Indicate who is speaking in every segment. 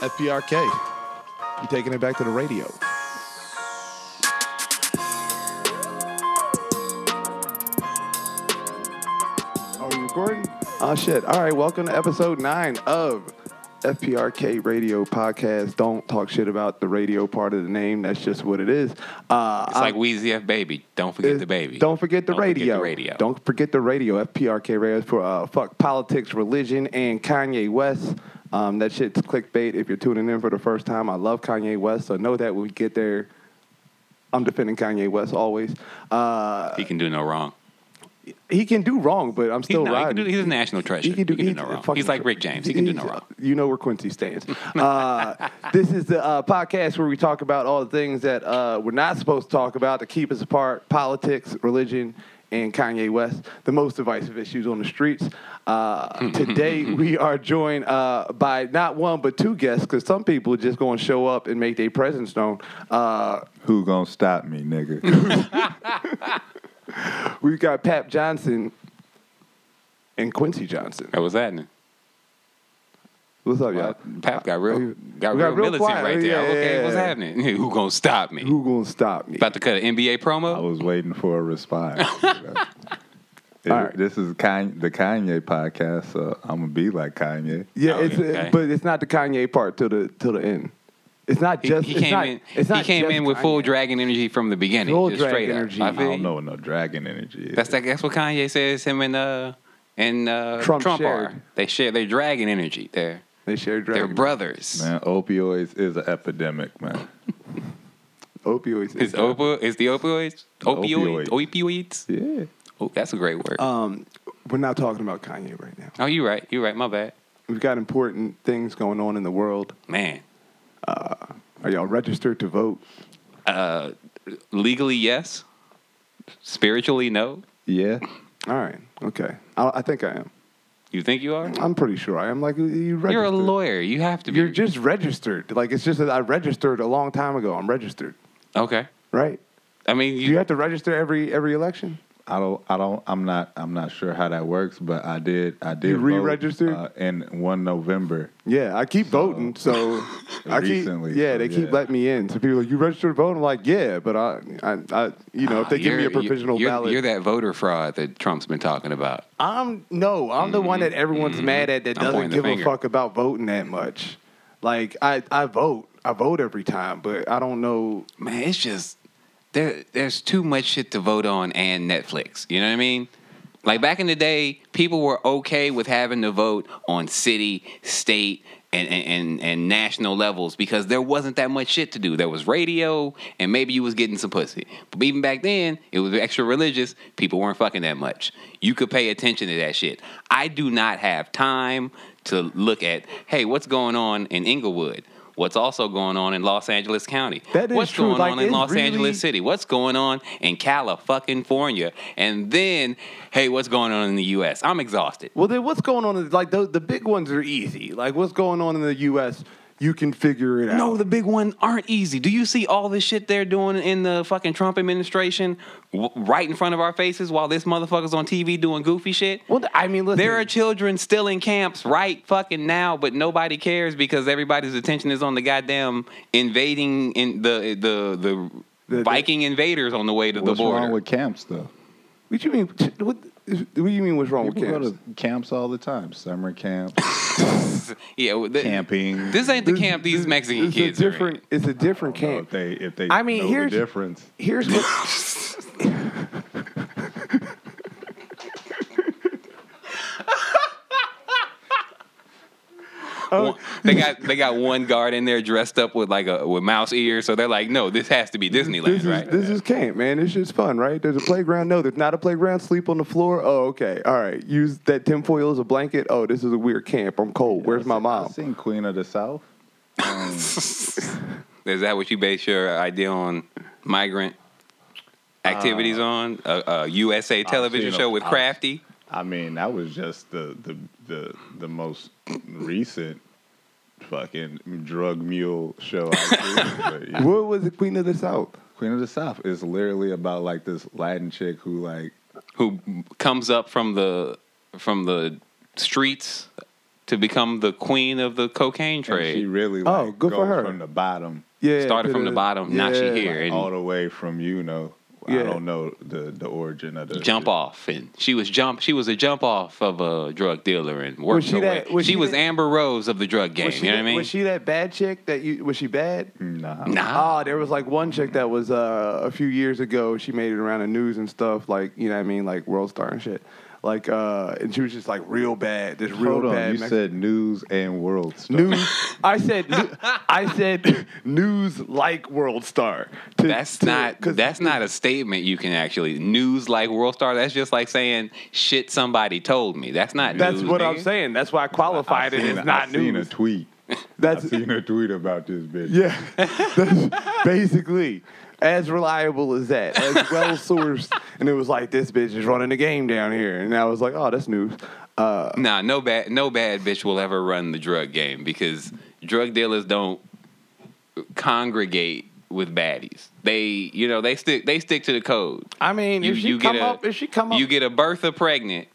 Speaker 1: FPRK. You taking it back to the radio. Are we recording? Oh shit. All right, welcome to episode nine of FPRK Radio Podcast. Don't talk shit about the radio part of the name. That's just what it is. Uh,
Speaker 2: It's like Wheezy F Baby. Don't forget
Speaker 1: is-
Speaker 2: the baby.
Speaker 1: Don't forget the
Speaker 2: Don't forget
Speaker 1: radio.
Speaker 2: the radio.
Speaker 1: Don't forget the radio. FPRK radio is for uh, fuck politics, religion, and Kanye West. Um, that shit's clickbait. If you're tuning in for the first time, I love Kanye West, so know that when we get there, I'm defending Kanye West always. Uh,
Speaker 2: He can do no wrong.
Speaker 1: he can do wrong, but I'm
Speaker 2: He,
Speaker 1: still
Speaker 2: no, he can
Speaker 1: riding.
Speaker 2: do, he's a national treasure. He can do, no wrong. He's like Rick James. He can do no wrong.
Speaker 1: You know where Quincy stands. Uh, this is the uh, podcast where we talk about all the things that uh, we're not supposed to talk about to keep us apart: politics, religion, and Kanye West, the most divisive issues on the streets. Uh, today we are joined uh, by not one but two guests because some people just going to show up and make their presence known. Uh,
Speaker 3: Who gonna stop me, nigga?
Speaker 1: we've got Pap Johnson and Quincy Johnson.
Speaker 2: That was happening. Uh,
Speaker 1: What's up, y'all?
Speaker 2: Pap got real, got
Speaker 1: We got
Speaker 2: real,
Speaker 1: real
Speaker 2: militant
Speaker 1: quiet.
Speaker 2: right there.
Speaker 1: Yeah,
Speaker 2: okay,
Speaker 1: yeah,
Speaker 2: what's
Speaker 1: yeah.
Speaker 2: happening? Who gonna stop me?
Speaker 1: Who gonna stop me?
Speaker 2: About to cut an NBA
Speaker 3: I
Speaker 2: promo.
Speaker 3: was waiting for a response. It-
Speaker 1: Oh. All right.
Speaker 3: This is Kanye, the Kanye podcast, so I'm gonna be like Kanye.
Speaker 1: Yeah,
Speaker 2: Oh,
Speaker 1: it's uh,
Speaker 2: okay.
Speaker 1: but it's not the Kanye part till the till the end. It's not
Speaker 2: He,
Speaker 1: just
Speaker 2: he
Speaker 1: it's
Speaker 2: came
Speaker 1: not-
Speaker 2: in.
Speaker 1: It's not
Speaker 2: he came
Speaker 1: just
Speaker 2: in with
Speaker 1: Kanye.
Speaker 2: full dragon energy from the beginning.
Speaker 1: Full
Speaker 2: just
Speaker 1: dragon
Speaker 2: straight
Speaker 1: energy.
Speaker 2: Up. I
Speaker 3: I
Speaker 2: feel you.
Speaker 3: don't know what no dragon energy is.
Speaker 2: That's like, that's what Kanye says. Him and uh and uh,
Speaker 1: Trump
Speaker 2: Trump,
Speaker 1: shared.
Speaker 2: are. They share their dragon energy. They're
Speaker 1: They share
Speaker 2: they're
Speaker 1: dragon.
Speaker 2: brothers.
Speaker 3: man. Opioids is an epidemic, man.
Speaker 1: Opioids.
Speaker 2: Is opo- is the opioids opioids
Speaker 3: Opioids.
Speaker 2: opioids?
Speaker 3: yeah.
Speaker 2: Oh, that's a great word.
Speaker 1: Um, we're not talking about Kanye right now.
Speaker 2: oh, you're right. You're right. My bad.
Speaker 1: We've got important things going on in the world.
Speaker 2: Man.
Speaker 1: Are y'all registered to vote?
Speaker 2: Legally, yes. Spiritually, no.
Speaker 3: Yeah.
Speaker 1: All right. Okay. I, I think I am.
Speaker 2: You think you are?
Speaker 1: I'm pretty sure I am. Like you registered.
Speaker 2: You're a lawyer. You have to be.
Speaker 1: You're just registered. Like it's just that I registered a long time ago. I'm registered,
Speaker 2: okay.
Speaker 1: right?
Speaker 2: I mean,
Speaker 1: Do you
Speaker 2: you,
Speaker 1: have to register every every election?
Speaker 3: I don't. I don't. I'm not. I'm not sure how that works, but I did. I did.
Speaker 1: You
Speaker 3: vote,
Speaker 1: re-registered?
Speaker 3: uh, in one November.
Speaker 1: Yeah, I keep voting, so I
Speaker 3: Recently,
Speaker 1: keep. Yeah,
Speaker 3: so
Speaker 1: they keep
Speaker 3: yeah.
Speaker 1: letting me in. So people, are like, you registered to vote? I'm like, yeah, but I, I, I you know, if they give me
Speaker 2: Ah, you're-
Speaker 1: a provisional
Speaker 2: you're,
Speaker 1: ballot,
Speaker 2: You're that voter fraud that Trump's been talking about.
Speaker 1: I'm no, I'm the one that everyone's mad at that
Speaker 2: I'm
Speaker 1: doesn't
Speaker 2: pointing the
Speaker 1: give a
Speaker 2: finger.
Speaker 1: fuck about voting that much. Like I, I vote, I vote every time, but I don't know.
Speaker 2: Man, it's just there. There's too much shit to vote on and Netflix. You know what I mean? Like back in the day, people were okay with having to vote on city, state, and and and, and national levels because there wasn't that much shit to do. There was radio, and maybe you was getting some pussy. But even back then, it was extra religious. People weren't fucking that much. You could pay attention to that shit. I do not have time to look at. Hey, what's going on in Inglewood? What's also going on in Los Angeles County?
Speaker 1: That is
Speaker 2: What's
Speaker 1: true.
Speaker 2: going
Speaker 1: Like,
Speaker 2: on in
Speaker 1: it's
Speaker 2: Los
Speaker 1: really-
Speaker 2: Angeles City? What's going on in California? And then, hey, what's going on in the U.S.? I'm exhausted.
Speaker 1: Well, then what's going on? in- Like the the big ones are easy. Like what's going on in the U.S. You can figure it out.
Speaker 2: No, the big ones aren't easy. Do you see all this shit they're doing in the fucking Trump administration w- right in front of our faces while this motherfucker's on TV doing goofy shit?
Speaker 1: well, I mean, listen,
Speaker 2: There are children still in camps right fucking now, but nobody cares because everybody's attention is on the goddamn invading in the the the,
Speaker 1: The-
Speaker 2: Viking invaders on the way to
Speaker 3: What's
Speaker 2: the border.
Speaker 3: wrong with camps though?
Speaker 1: What you mean? What, what do you mean? What's wrong
Speaker 3: People
Speaker 1: with camps?
Speaker 3: go to camps all the time. Summer camp,
Speaker 2: yeah, well, th-
Speaker 3: camping.
Speaker 2: This ain't the
Speaker 1: This-
Speaker 2: camp these
Speaker 1: this-
Speaker 2: Mexican
Speaker 1: it's
Speaker 2: kids
Speaker 1: A
Speaker 2: are
Speaker 1: different,
Speaker 2: in.
Speaker 1: it's a different
Speaker 3: I don't know
Speaker 1: camp.
Speaker 3: if they if they
Speaker 1: I mean,
Speaker 3: know
Speaker 1: here's-
Speaker 3: the difference.
Speaker 1: Here's what. oh.
Speaker 2: One- they got they got one guard in there dressed up with like a with mouse ears, so they're like, no, this has to be Disneyland,
Speaker 1: This is
Speaker 2: right?
Speaker 1: this is camp, man. This shit's fun, right? There's a playground. No, there's not a playground. Sleep on the floor. Oh, okay, all right. Use that tinfoil as a blanket. Oh, this is a weird camp. I'm cold. Where's my
Speaker 3: I
Speaker 1: mom?
Speaker 3: seen Queen of the South. Um,
Speaker 2: is that what you base your idea on migrant activities on? A, a USA television
Speaker 3: seen a-
Speaker 2: show with
Speaker 3: Uh, I've-
Speaker 2: Crafty.
Speaker 3: I mean, that was just the the the, the most recent fucking drug mule show. I've seen. But, yeah.
Speaker 1: What was the Queen of the South?
Speaker 3: Queen of the South is literally about like this Latin chick who like
Speaker 2: who comes up from the from the streets to become the queen of the cocaine
Speaker 3: And she
Speaker 2: trade.
Speaker 3: really like,
Speaker 1: Oh, good
Speaker 3: goes
Speaker 1: for her.
Speaker 3: from the bottom
Speaker 1: Yeah,
Speaker 2: Started from the
Speaker 1: uh,
Speaker 2: bottom, now she here. And-
Speaker 3: all the way from you know
Speaker 1: Yeah.
Speaker 3: I don't know the the origin of the
Speaker 2: Jump off, and she was jump. She was a jump off of a drug dealer, and worked
Speaker 1: she
Speaker 2: her
Speaker 1: that-
Speaker 2: way.
Speaker 1: was
Speaker 2: she,
Speaker 1: she
Speaker 2: was
Speaker 1: that-
Speaker 2: Amber Rose of the drug game.
Speaker 1: Was she,
Speaker 2: you know what I
Speaker 1: that-
Speaker 2: mean?
Speaker 1: Was she that bad chick that you? Was she bad?
Speaker 3: Nah.
Speaker 2: nah,
Speaker 1: Oh, there was like one chick that was uh, a few years ago. She made it around the news and stuff, like you know what I mean, like World Star and shit. Like, uh, and she was just like real bad, this real
Speaker 3: Hold on,
Speaker 1: bad.
Speaker 3: you
Speaker 1: Mex-
Speaker 3: said news and world stuff.
Speaker 1: news. I said, nu- I said news like World Star. To-
Speaker 2: that's
Speaker 1: to-
Speaker 2: not
Speaker 1: 'cause-
Speaker 2: that's not a statement you can actually news like world star. That's just like saying shit somebody told me. That's not.
Speaker 1: That's
Speaker 2: news,
Speaker 1: what I'm
Speaker 2: nigga.
Speaker 1: saying. That's why I qualified it.
Speaker 3: Seen-
Speaker 1: It's not
Speaker 3: I seen a
Speaker 1: news.
Speaker 3: tweet. I
Speaker 1: That's
Speaker 3: seen a tweet about this bitch.
Speaker 1: Yeah, That's basically as reliable as that, as well sourced. And it was like this bitch is running the game down here, and I was like, oh, that's news. Uh,
Speaker 2: Nah, no bad, no bad bitch will ever run the drug game because drug dealers don't congregate with baddies. They, you know, they stick, they stick to the code.
Speaker 1: I mean,
Speaker 2: You-
Speaker 1: if she
Speaker 2: you get
Speaker 1: come
Speaker 2: a-
Speaker 1: up, if she come up,
Speaker 2: You get a Bertha pregnant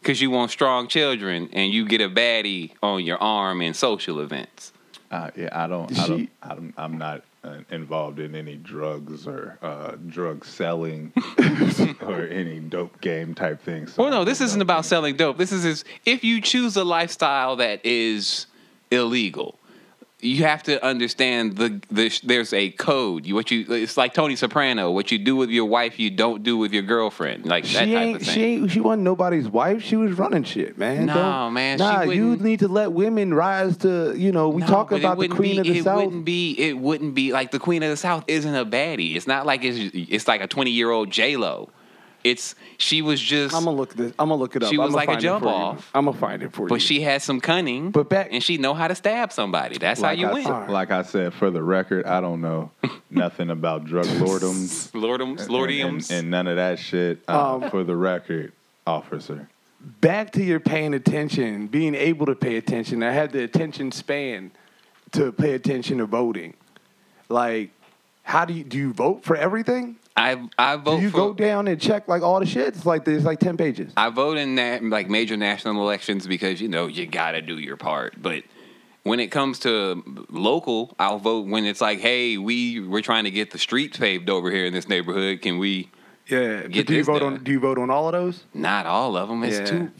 Speaker 2: because you want strong children, and you get a baddie on your arm in social events.
Speaker 3: Uh, yeah, I don't. I
Speaker 1: She-
Speaker 3: don't I'm, I'm not uh, involved in any drugs or uh, drug selling or any dope game type thing. So
Speaker 2: Well, no, this
Speaker 3: I
Speaker 2: isn't
Speaker 3: don't-
Speaker 2: about selling dope. This is is if you choose a lifestyle that is illegal, you have to understand the, the there's a code. You what you it's like Tony Soprano. What you do with your wife, you don't do with your girlfriend. Like
Speaker 1: she
Speaker 2: that type
Speaker 1: ain't,
Speaker 2: of
Speaker 1: she
Speaker 2: thing.
Speaker 1: ain't, she wasn't nobody's wife. She was running shit, man.
Speaker 2: No,
Speaker 1: Don't-
Speaker 2: man, she
Speaker 1: nah. you
Speaker 2: wouldn't-
Speaker 1: need to let women rise to, you know, we
Speaker 2: No,
Speaker 1: talk
Speaker 2: but it
Speaker 1: about the
Speaker 2: wouldn't
Speaker 1: queen
Speaker 2: be-
Speaker 1: of the
Speaker 2: it
Speaker 1: south.
Speaker 2: Wouldn't be, it wouldn't be like the queen of the south isn't a baddie. It's not like it's it's like a twenty year old J Lo. It's she was just,
Speaker 1: I'm gonna look this. I'm gonna look it up.
Speaker 2: She was
Speaker 1: I'ma
Speaker 2: like a
Speaker 1: find it
Speaker 2: jump
Speaker 1: for you.
Speaker 2: off.
Speaker 1: I'm gonna find it for you.
Speaker 2: but she had some cunning.
Speaker 1: But back-
Speaker 2: and she know how to stab somebody. That's
Speaker 3: Like,
Speaker 2: how you
Speaker 3: I,
Speaker 2: win.
Speaker 3: said- like I said, for the record, I don't know nothing about drug lordoms,
Speaker 2: Lordums,
Speaker 3: and, and none of that shit. Uh, for the record, officer.
Speaker 1: back to your paying attention, being able to pay attention. I have the attention span to pay attention to voting. Like, how do you do you vote for everything?
Speaker 2: I I
Speaker 1: Do
Speaker 2: vote
Speaker 1: you
Speaker 2: for.
Speaker 1: go down and check like all the shit? It's like there's like ten pages.
Speaker 2: I vote in that like major national elections because you know you gotta do your part. But when it comes to local, I'll vote when it's like, hey, we we're trying to get the streets paved over here in this neighborhood. Can we?
Speaker 1: Yeah. But
Speaker 2: Get
Speaker 1: do you
Speaker 2: this
Speaker 1: vote
Speaker 2: done.
Speaker 1: on do you vote on all of those?
Speaker 2: Not all of them. It's
Speaker 1: Yeah.
Speaker 2: too.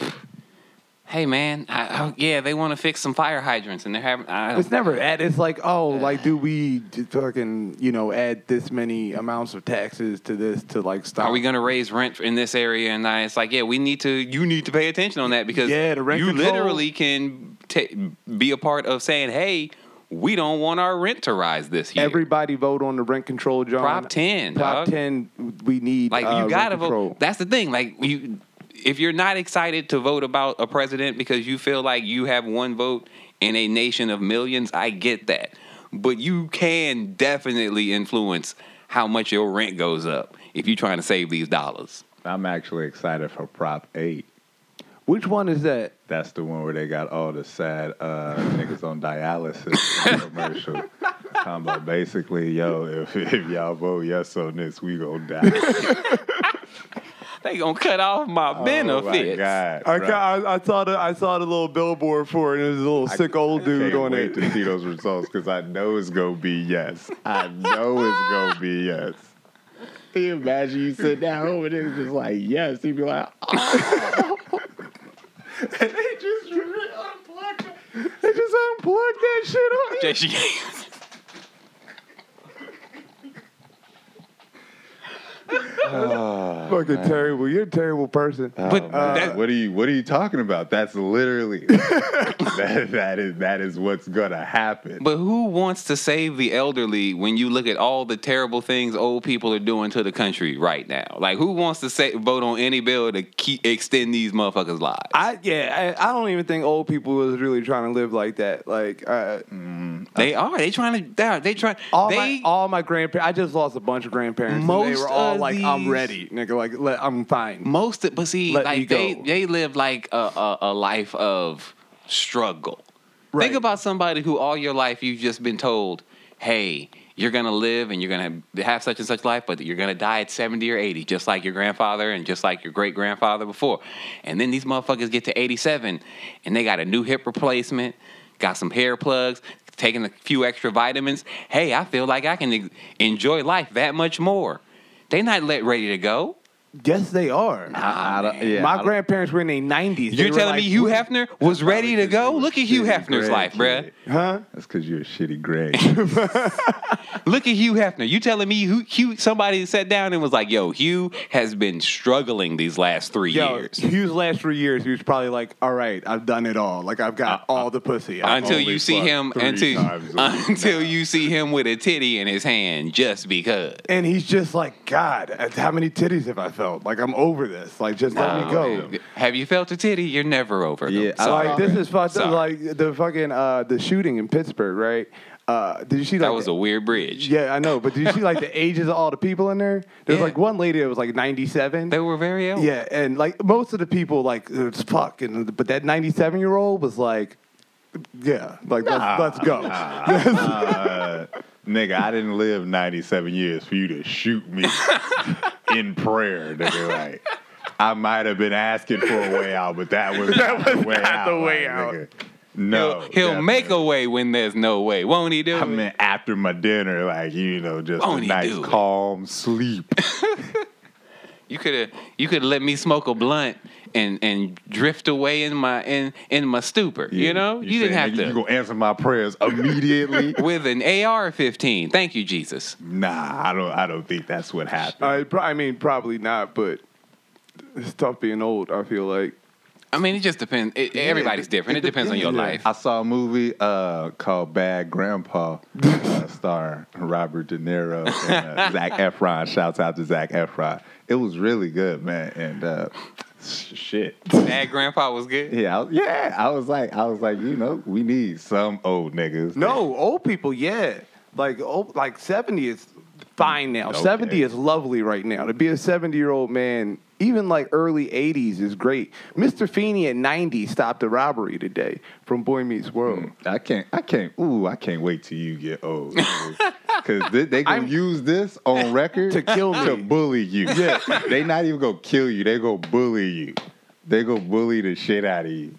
Speaker 2: Hey man, I, I, yeah, they want to fix some fire hydrants and they're having. I don't-
Speaker 1: It's never add. It's like, oh, like, do we d- fucking, you know, add this many amounts of taxes to this to like stop?
Speaker 2: Are we going to raise rent in this area? And I, it's like, yeah, we need to. You need to pay attention on that because
Speaker 1: Yeah, the rent
Speaker 2: you
Speaker 1: control.
Speaker 2: literally can ta be a part of saying, hey, we don't want our rent to rise this year.
Speaker 1: Everybody vote on the rent control, John.
Speaker 2: Prop 10,
Speaker 1: Prop
Speaker 2: dog.
Speaker 1: ten. We need
Speaker 2: like
Speaker 1: uh,
Speaker 2: you
Speaker 1: rent
Speaker 2: got to vote.
Speaker 1: control.
Speaker 2: That's the thing. Like you, if you're not excited to vote about a president because you feel like you have one vote in a nation of millions, I get that. But you can definitely influence how much your rent goes up if you're trying to save these dollars.
Speaker 3: I'm actually excited for Prop Eight.
Speaker 1: Which one is that?
Speaker 3: That's the one where they got all the sad uh, niggas on dialysis commercial. Talking about basically, yo, if, if y'all vote yes on this, we gonna die.
Speaker 2: They gonna cut off my
Speaker 3: oh
Speaker 2: benefits.
Speaker 3: my god!
Speaker 1: I,
Speaker 3: bruh.
Speaker 1: ca- I, I saw the I saw the little billboard for it. And it was a little sick old dude
Speaker 3: Can't
Speaker 1: on
Speaker 3: wait
Speaker 1: it.
Speaker 3: to see those results because I know it's gonna be yes. I know it's gonna be yes. Can you imagine you sit down home and it's just like yes. You'd be like, oh. and they just unplugged. They just unplugged that shit on you.
Speaker 2: Just-
Speaker 1: Fucking terrible. You're a terrible person.
Speaker 2: but
Speaker 3: Uh,
Speaker 2: that-
Speaker 3: what are you What are you talking about? That's literally that, that is that is what's gonna happen.
Speaker 2: but who wants to save the elderly when you look at all the terrible things old people are doing to the country right now? Like who wants to say, vote on any bill to keep extend these motherfuckers' lives?
Speaker 1: I yeah. I, I don't even think old people was really trying to live like that. Like uh,
Speaker 2: they are. They trying to. They are, they try.
Speaker 1: all
Speaker 2: they
Speaker 1: my all my grandparents. I just lost a bunch of grandparents. and they
Speaker 2: Most
Speaker 1: were all
Speaker 2: of
Speaker 1: like, "I'm
Speaker 2: these-
Speaker 1: ready, nigga. Like let, I'm fine."
Speaker 2: most. Of, but see,
Speaker 1: Let me
Speaker 2: like
Speaker 1: go.
Speaker 2: they they live like a, a, a life of struggle.
Speaker 1: Right.
Speaker 2: Think about somebody who all your life you've just been told, "Hey, you're gonna live and you're gonna have such and such life, but you're gonna die at 70 or 80, just like your grandfather and just like your great grandfather before. And then these motherfuckers get to 87 and they got a new hip replacement, got some hair plugs, taking a few extra vitamins. Hey, I feel like I can en- enjoy life that much more. They not let ready to go.
Speaker 1: Yes, they are.
Speaker 3: I, I don't, yeah, I
Speaker 1: My
Speaker 3: don't-
Speaker 1: grandparents were in their nineties.
Speaker 2: You're telling me Hugh Hefner was ready to
Speaker 3: because
Speaker 2: go?
Speaker 3: you were
Speaker 2: Look at Hugh
Speaker 3: shitty
Speaker 2: Hefner's
Speaker 3: grandkid.
Speaker 2: life, bruh.
Speaker 1: huh?
Speaker 3: That's because you're a shitty Greg.
Speaker 2: Look at Hugh Hefner. You telling me Hugh, Hugh somebody sat down and was like, "Yo, Hugh has been struggling these last 3
Speaker 1: Yo,
Speaker 2: years."
Speaker 1: Hugh's last three years, he was probably like, "All right, I've done it all. Like I've got all the pussy." Uh, I-
Speaker 2: Until
Speaker 3: only
Speaker 2: you see
Speaker 3: fucked
Speaker 2: him
Speaker 3: three
Speaker 2: until
Speaker 3: times over.
Speaker 2: until you see him with a titty in his hand just because.
Speaker 1: and he's just like, "God, uh, how many titties have I felt? Like I'm over this. Like just let me go."
Speaker 2: Oh, Have you felt a titty? You're never over. them.
Speaker 3: Yeah, I-
Speaker 2: So-
Speaker 1: like this is fucked
Speaker 2: Sorry.
Speaker 1: up. Like the fucking uh, the shooting in Pittsburgh, right? Uh, did you see
Speaker 2: that
Speaker 1: like,
Speaker 2: was a weird bridge.
Speaker 1: Yeah, I know. But did you see like the ages of all the people in there? There's
Speaker 2: Yeah.
Speaker 1: like one lady that was like 97.
Speaker 2: They were very old.
Speaker 1: yeah, and like most of the people like it's fuck, and but that 97 year old was like, yeah, like let's, let's go.
Speaker 3: Uh, nigga, I didn't live 97 years for you to shoot me in prayer, nigga. Like, I might have been asking for a way out, but that was not the way out.
Speaker 1: the way
Speaker 3: like,
Speaker 1: out.
Speaker 3: nigga.
Speaker 2: He'll,
Speaker 3: No,
Speaker 2: he'll make a
Speaker 3: definitely.
Speaker 2: way when there's no way, won't he do?
Speaker 3: I
Speaker 2: it?
Speaker 3: mean, after my dinner, like you know, just
Speaker 2: Won't
Speaker 3: a
Speaker 2: he
Speaker 3: nice
Speaker 2: do it?
Speaker 3: calm sleep.
Speaker 2: You could have you could let me smoke a blunt and and drift away in my in in my stupor. You know, you, didn't
Speaker 3: said,
Speaker 2: have
Speaker 3: "Nigga, You
Speaker 2: to
Speaker 3: gonna answer my prayers immediately?
Speaker 2: with an AR-15. Thank you, Jesus.
Speaker 3: nah, I don't. I don't think that's what happened.
Speaker 1: I, pro- I mean, probably not, but it's tough being old. I feel like
Speaker 2: I mean, it just depends. It, everybody's
Speaker 1: it-
Speaker 2: different. It,
Speaker 1: it
Speaker 2: depends on your
Speaker 1: depends,
Speaker 2: life.
Speaker 3: I saw a movie uh, called Bad Grandpa, uh, starring Robert De Niro and uh, Zach Efron. Shouts out to Zach Efron. It was really good, man. And uh, sh- shit,
Speaker 2: Bad grandpa was good.
Speaker 3: yeah, I, was- yeah. I was like, I was like, you know, we need some old niggas.
Speaker 1: no old people. Yeah, like old, like 70 is fine now.
Speaker 3: Okay.
Speaker 1: 70 is lovely right now. To be a 70 year old man, even like early 80s is great. Mr. Feeney at 90 stopped a robbery today from Boy Meets World.
Speaker 3: I can't. I can't. Ooh, I can't wait till you get old, because they, they can
Speaker 1: I'm-
Speaker 3: use this on record
Speaker 1: To kill
Speaker 3: to
Speaker 1: me.
Speaker 3: bully you. Yeah, they not even gonna kill you. They gonna bully you. They gonna bully the shit out of you.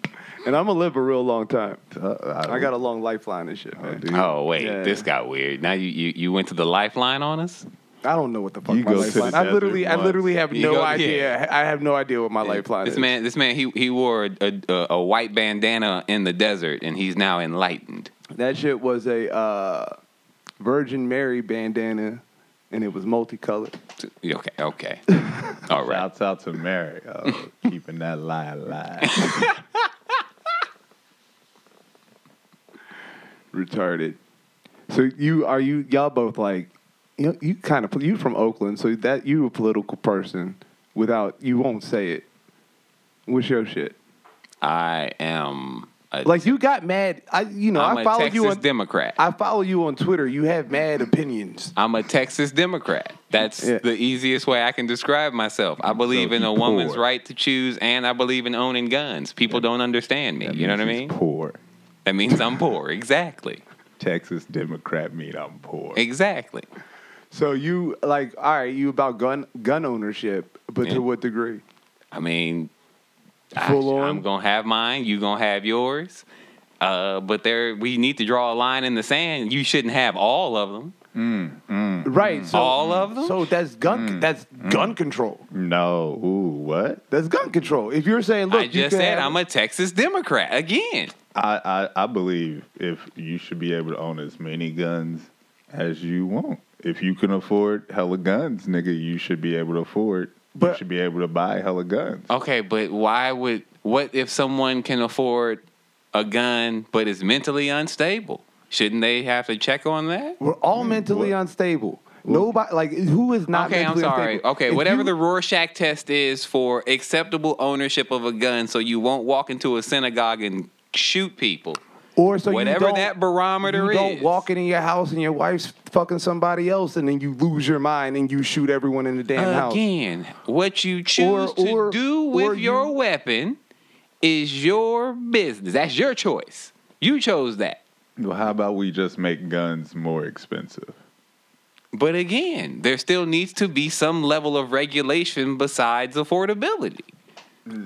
Speaker 1: And I'm gonna live a real long time.
Speaker 3: Uh,
Speaker 1: I got a long lifeline and shit, man.
Speaker 3: dude.
Speaker 2: Oh wait,
Speaker 1: Yeah.
Speaker 2: this got weird. Now you, you you went to the lifeline on us.
Speaker 1: I don't know what the fuck
Speaker 3: You
Speaker 1: my
Speaker 3: go to
Speaker 1: lifeline.
Speaker 3: the
Speaker 1: I literally,
Speaker 3: desert
Speaker 1: I literally have
Speaker 2: You
Speaker 1: no
Speaker 2: go-
Speaker 1: idea. I have no idea what my lifeline
Speaker 2: This
Speaker 1: is.
Speaker 2: man, this man, he he wore a, a, a white bandana in the desert, and he's now enlightened.
Speaker 1: That shit was a uh, Virgin Mary bandana, and it was multicolored.
Speaker 2: Okay, okay, all right.
Speaker 3: Shouts out to Mary, uh, keeping that lie alive.
Speaker 1: Retarded. So you are you y'all both like, you know, you kind of you from Oakland, so that you a political person without you won't say it. What's your shit?
Speaker 2: I am a,
Speaker 1: Like you got mad. I you know
Speaker 2: I'm
Speaker 1: I
Speaker 2: a
Speaker 1: followed
Speaker 2: Texas
Speaker 1: you on
Speaker 2: Democrat.
Speaker 1: I follow you on Twitter. You have mad opinions.
Speaker 2: I'm a Texas Democrat. That's
Speaker 1: Yeah.
Speaker 2: the easiest way I can describe myself. I believe
Speaker 3: So
Speaker 2: in
Speaker 3: he
Speaker 2: a woman's
Speaker 3: poor.
Speaker 2: right to choose, and I believe in owning guns. People don't understand me.
Speaker 3: That
Speaker 2: You know what I
Speaker 3: means he's
Speaker 2: mean?
Speaker 3: Poor
Speaker 2: That means I'm poor. Exactly.
Speaker 3: Texas Democrat mean I'm poor.
Speaker 2: Exactly.
Speaker 1: So you like all right? You about gun gun ownership, but
Speaker 2: Yeah.
Speaker 1: to what degree?
Speaker 2: I mean,
Speaker 1: Full
Speaker 2: I,
Speaker 1: on?
Speaker 2: am gonna have mine. You gonna have yours. Uh, but there, we need to draw a line in the sand. You shouldn't have all of them.
Speaker 1: Right. So,
Speaker 2: Mm-hmm. all of them. Mm.
Speaker 1: So that's gun. That's gun control.
Speaker 3: No, ooh, what?
Speaker 1: That's gun control. If you're saying, look,
Speaker 2: I
Speaker 1: you
Speaker 2: just
Speaker 1: can
Speaker 2: said
Speaker 1: have-
Speaker 2: I'm a Texas Democrat again.
Speaker 3: I, I I believe if you should be able to own as many guns as you want. If you can afford hella guns, nigga, you should be able to afford. you
Speaker 1: But-
Speaker 3: should be able to buy hella guns.
Speaker 2: Okay, but why would? What if someone can afford a gun but is mentally unstable? Shouldn't they have to check on that?
Speaker 1: We're all mentally unstable. Nobody like who is not.
Speaker 2: okay, I'm
Speaker 1: mentally
Speaker 2: sorry.
Speaker 1: unstable?
Speaker 2: Okay,
Speaker 1: If
Speaker 2: whatever
Speaker 1: you-
Speaker 2: the Rorschach test is for acceptable ownership of a gun, so you won't walk into a synagogue and shoot people.
Speaker 1: or so you
Speaker 2: whatever
Speaker 1: don't-
Speaker 2: that barometer
Speaker 1: you
Speaker 2: is.
Speaker 1: Don't walk into your house and your wife's fucking somebody else, and then you lose your mind and you shoot everyone in the damn house.
Speaker 2: Again, what you choose
Speaker 1: or-
Speaker 2: to do
Speaker 1: or
Speaker 2: with your
Speaker 1: you-
Speaker 2: weapon is your business. That's your choice. You chose that.
Speaker 3: Well, how about we just make guns more expensive?
Speaker 2: But again, there still needs to be some level of regulation besides affordability.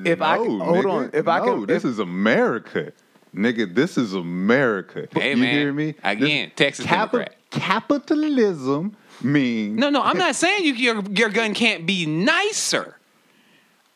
Speaker 1: If I
Speaker 3: No,
Speaker 1: can- hold
Speaker 3: nigga.
Speaker 1: on, if I
Speaker 3: No,
Speaker 1: can,
Speaker 3: this
Speaker 1: if-
Speaker 3: is America, nigga. This is America.
Speaker 2: Hey,
Speaker 3: you
Speaker 2: man.
Speaker 3: hear me?
Speaker 2: Again, Texas Democrat.
Speaker 3: capitalism means
Speaker 2: No, no, I'm not saying you, your your gun can't be nicer.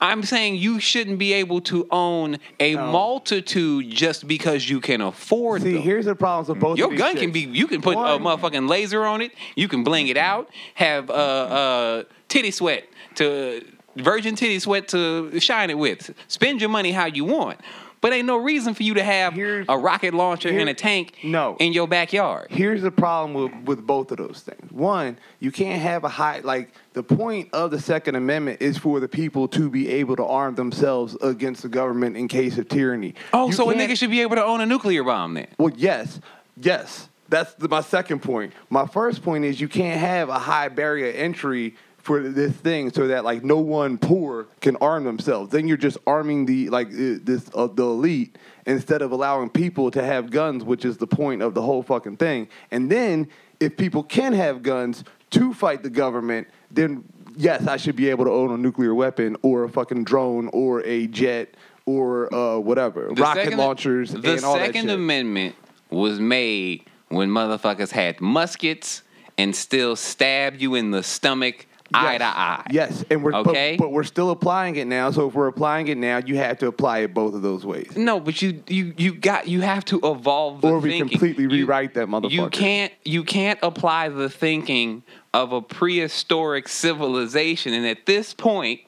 Speaker 2: I'm saying you shouldn't be able to own a
Speaker 1: No.
Speaker 2: multitude just because you can afford
Speaker 1: see,
Speaker 2: them.
Speaker 1: here's the problems with both. of
Speaker 2: your
Speaker 1: these
Speaker 2: gun can
Speaker 1: shits.
Speaker 2: be you can put a
Speaker 1: One-
Speaker 2: motherfucking laser on it. You can bling it out. Have uh, uh, titty sweat to virgin titty sweat to shine it with. Spend your money how you want. But ain't no reason for you to have
Speaker 1: Here's-
Speaker 2: a rocket launcher
Speaker 1: here-
Speaker 2: and a tank
Speaker 1: No.
Speaker 2: in your backyard.
Speaker 1: Here's the problem with, with both of those things. One, you can't have a high like the point of the Second Amendment is for the people to be able to arm themselves against the government in case of tyranny.
Speaker 2: Oh,
Speaker 1: You
Speaker 2: so a
Speaker 1: can't-
Speaker 2: nigga should be able to own a nuclear bomb then.
Speaker 1: Well, yes, yes. That's the, my second point. My first point is you can't have a high barrier entry for this thing so that like no one poor can arm themselves. Then you're just arming the like uh, this uh, the elite instead of allowing people to have guns, which is the point of the whole fucking thing. And then if people can have guns to fight the government, then yes, I should be able to own a nuclear weapon or a fucking drone or a jet or uh, whatever
Speaker 2: The
Speaker 1: rocket
Speaker 2: second-
Speaker 1: launchers
Speaker 2: The
Speaker 1: and all that
Speaker 2: Second
Speaker 1: shit.
Speaker 2: Amendment was made when motherfuckers had muskets and still stabbed you in the stomach eye
Speaker 1: Yes.
Speaker 2: to eye.
Speaker 1: Yes, and we're
Speaker 2: Okay?
Speaker 1: but, but we're still applying it now. So if we're applying it now, you have to apply it both of those ways.
Speaker 2: No, but you you you got you have to evolve the
Speaker 1: Or we
Speaker 2: thinking.
Speaker 1: completely
Speaker 2: You-
Speaker 1: rewrite that
Speaker 2: You
Speaker 1: motherfucker.
Speaker 2: can't you can't apply the thinking of a prehistoric civilization and at this point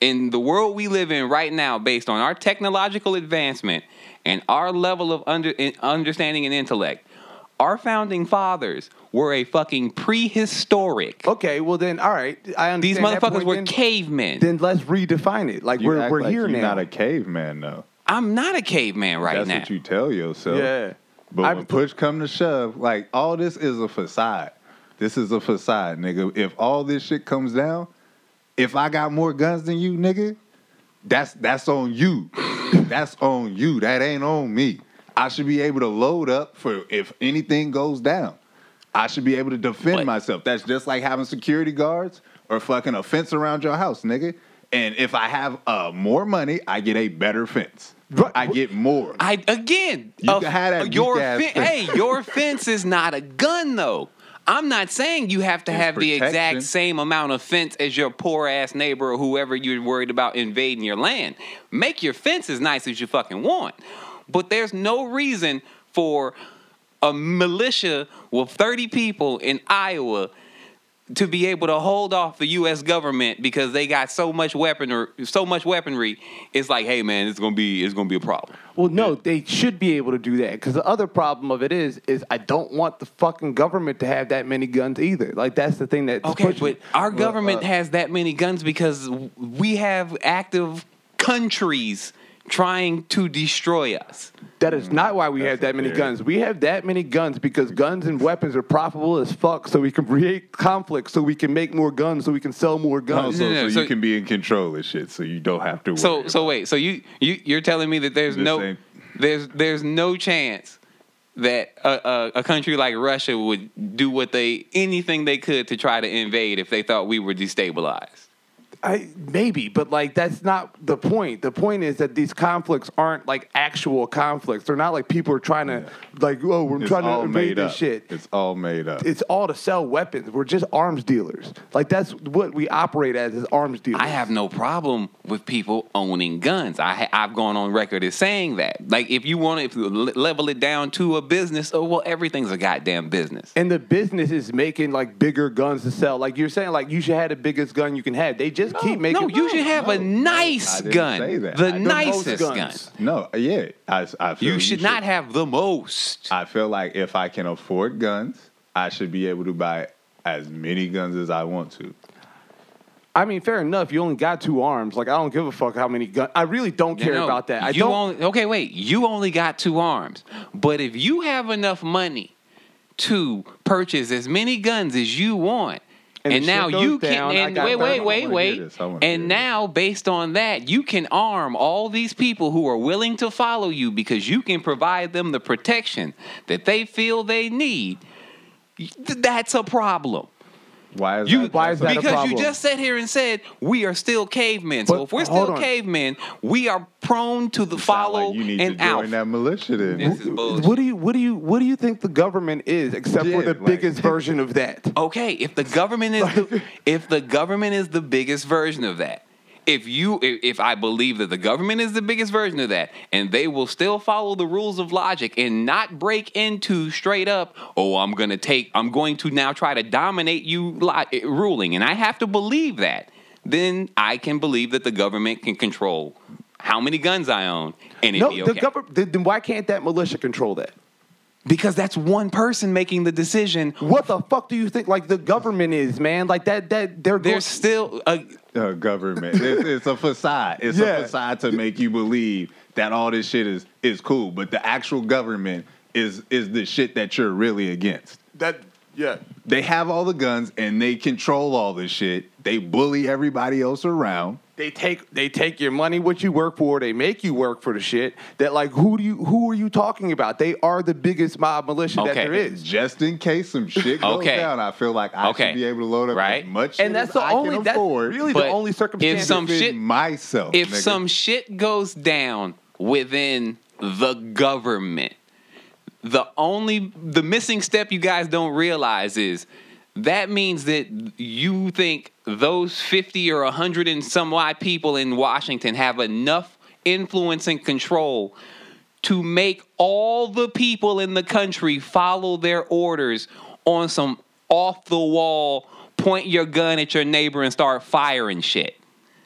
Speaker 2: in the world we live in right now based on our technological advancement and our level of under, in- understanding and intellect our founding fathers were a fucking prehistoric
Speaker 1: Okay, well then, all right. I understand
Speaker 2: these
Speaker 1: that
Speaker 2: motherfuckers
Speaker 1: point
Speaker 2: were
Speaker 1: then,
Speaker 2: cavemen
Speaker 1: Then let's redefine it. Like
Speaker 3: You
Speaker 1: we're
Speaker 3: act
Speaker 1: we're
Speaker 3: like
Speaker 1: here
Speaker 3: you
Speaker 1: now.
Speaker 3: Not a caveman though.
Speaker 2: i'm not a caveman right
Speaker 3: That's
Speaker 2: now
Speaker 3: what you tell yourself.
Speaker 1: yeah.
Speaker 3: But
Speaker 1: I'm-
Speaker 3: when push come to shove, like all this is a facade. This is a facade, nigga. If all this shit comes down, if I got more guns than you, nigga, that's that's on you. that's on you. That ain't on me. I should be able to load up for if anything goes down. I should be able to defend
Speaker 2: But-
Speaker 3: myself. That's just like having security guards or fucking a fence around your house, nigga. And if I have uh, more money, I get a better fence.
Speaker 1: Right.
Speaker 3: I get more.
Speaker 2: I again,
Speaker 3: You
Speaker 2: a-
Speaker 3: can have that
Speaker 2: your
Speaker 3: weak-ass
Speaker 2: fe-
Speaker 3: fence.
Speaker 2: hey, your fence is not a gun though. I'm not saying you have to
Speaker 3: It's
Speaker 2: have the
Speaker 3: protection.
Speaker 2: exact same amount of fence as your poor ass neighbor or whoever you're worried about invading your land. Make your fence as nice as you fucking want. But there's no reason for a militia with 30 people in Iowa to be able to hold off the U.S. government because they got so much weaponry, so much weaponry, it's like, hey man, it's gonna be, it's gonna be a problem.
Speaker 1: Well, no, they should be able to do that because the other problem of it is, is I don't want the fucking government to have that many guns either. Like that's the thing that uh,
Speaker 2: Okay, but our
Speaker 3: uh,
Speaker 2: government has that many guns because w- we have active countries trying to destroy us.
Speaker 1: That is not why we
Speaker 3: That's
Speaker 1: have that many
Speaker 3: weird.
Speaker 1: guns. We have that many guns because guns and weapons are profitable as fuck. So we can create conflict. So we can make more guns. So we can sell more
Speaker 3: Oh,
Speaker 1: guns.
Speaker 3: so,
Speaker 2: No, no, no,
Speaker 3: so
Speaker 2: so-
Speaker 3: you can be in control of shit, so you don't have to. Worry
Speaker 2: So so wait, so you you you're telling me that there's
Speaker 3: This
Speaker 2: no
Speaker 3: ain't-
Speaker 2: there's there's no chance that a, a, a country like Russia would do what they anything they could to try to invade if they thought we were destabilized.
Speaker 1: I, maybe, but like that's not the point. The point is that these conflicts aren't like actual conflicts. They're not like people are trying to like oh we're
Speaker 3: it's
Speaker 1: trying to
Speaker 3: all
Speaker 1: invade
Speaker 3: made
Speaker 1: this
Speaker 3: up.
Speaker 1: shit.
Speaker 3: It's all made up.
Speaker 1: It's all to sell weapons. We're just arms dealers. Like that's what we operate as is arms dealers.
Speaker 2: I have no problem with people owning guns. I ha- I've gone on record as saying that. Like if you want to if you le- level it down to a business, oh well, everything's a goddamn business.
Speaker 1: and the business is making like bigger guns to sell. Like you're saying, like you should have the biggest gun you can have. They just keep making.
Speaker 2: no, you should have a
Speaker 3: no, I
Speaker 2: nice
Speaker 3: didn't
Speaker 2: gun,
Speaker 3: say that. I
Speaker 2: the
Speaker 3: don't-
Speaker 2: nicest
Speaker 1: Most
Speaker 2: gun.
Speaker 1: guns.
Speaker 3: no, yeah, I, I feel
Speaker 2: You should not have the most.
Speaker 3: I feel like if I can afford guns, I should be able to buy as many guns as I want to.
Speaker 1: I mean, fair enough. You only got two arms. Like I don't give a fuck how many guns. I really don't care
Speaker 2: No,
Speaker 1: about that. I
Speaker 2: you
Speaker 1: don't.
Speaker 2: Only, okay, wait. You only got two arms, but if you have enough money to purchase as many guns as you want.
Speaker 1: And
Speaker 2: And,
Speaker 1: the
Speaker 2: now
Speaker 1: shit goes
Speaker 2: you
Speaker 1: down,
Speaker 2: can.
Speaker 1: I
Speaker 2: And
Speaker 1: got
Speaker 2: wait,
Speaker 1: thirty. I
Speaker 2: wait,
Speaker 1: wanna
Speaker 2: wait, wait.
Speaker 3: hear this. I wanna hear
Speaker 2: And
Speaker 3: this.
Speaker 2: now, based on that, you can arm all these people who are willing to follow you because you can provide them the protection that they feel they need That's a problem.
Speaker 3: Why is
Speaker 2: You,
Speaker 3: that?
Speaker 1: Why is that a
Speaker 2: because you
Speaker 1: problem?
Speaker 2: just sat here and said we are still cavemen. So
Speaker 1: But
Speaker 2: if we're
Speaker 1: hold
Speaker 2: still
Speaker 1: on.
Speaker 2: cavemen, we are prone to the
Speaker 3: Sound
Speaker 2: follow
Speaker 3: like you need to
Speaker 2: and
Speaker 3: join
Speaker 2: out.
Speaker 3: that militia then.
Speaker 2: This is bullshit.
Speaker 1: What do you what do you what do you think the government is except for
Speaker 3: Yeah,
Speaker 1: the
Speaker 3: like-
Speaker 1: biggest version of that?
Speaker 2: Okay, if the government is the, if the government is the biggest version of that, if you if, if I believe that the government is the biggest version of that, and they will still follow the rules of logic and not break into straight up, oh, I'm gonna take, I'm going to now try to dominate you lo- ruling, and I have to believe that, then I can believe that the government can control how many guns I own, and it
Speaker 1: No,
Speaker 2: be
Speaker 1: the
Speaker 2: okay.
Speaker 1: government. Then why can't that militia control that?
Speaker 2: because that's one person making the decision.
Speaker 1: What the fuck do you think? Like the government is, man. Like that. That they're.
Speaker 2: There's still a
Speaker 3: uh, government. it's, it's a facade. It's
Speaker 1: Yeah.
Speaker 3: a facade to make you believe that all this shit is is cool, but the actual government is is the shit that you're really against.
Speaker 1: that. Yeah.
Speaker 3: They have all the guns and they control all this shit. They bully everybody else around.
Speaker 1: They take they take your money, what you work for. They make you work for the shit. That like who do you who are you talking about? They are the biggest mob militia that
Speaker 2: Okay.
Speaker 1: there is.
Speaker 3: Just in case some shit goes
Speaker 2: Okay.
Speaker 3: down, I feel like I
Speaker 2: Okay.
Speaker 3: should be able to load up
Speaker 2: Right.
Speaker 3: as much shit
Speaker 1: And that's
Speaker 3: as
Speaker 1: the
Speaker 3: I
Speaker 1: only.
Speaker 3: can
Speaker 1: That's
Speaker 3: afford.
Speaker 1: really
Speaker 2: But
Speaker 1: the only
Speaker 2: if
Speaker 1: circumstance.
Speaker 2: some
Speaker 3: within
Speaker 2: shit-
Speaker 3: myself.
Speaker 2: if
Speaker 3: nigga.
Speaker 2: some shit goes down within the government, the only the missing step you guys don't realize is that means that you think those 50 or 100 and some odd people in Washington have enough influence and control to make all the people in the country follow their orders on some off the wall point your gun at your neighbor and start firing shit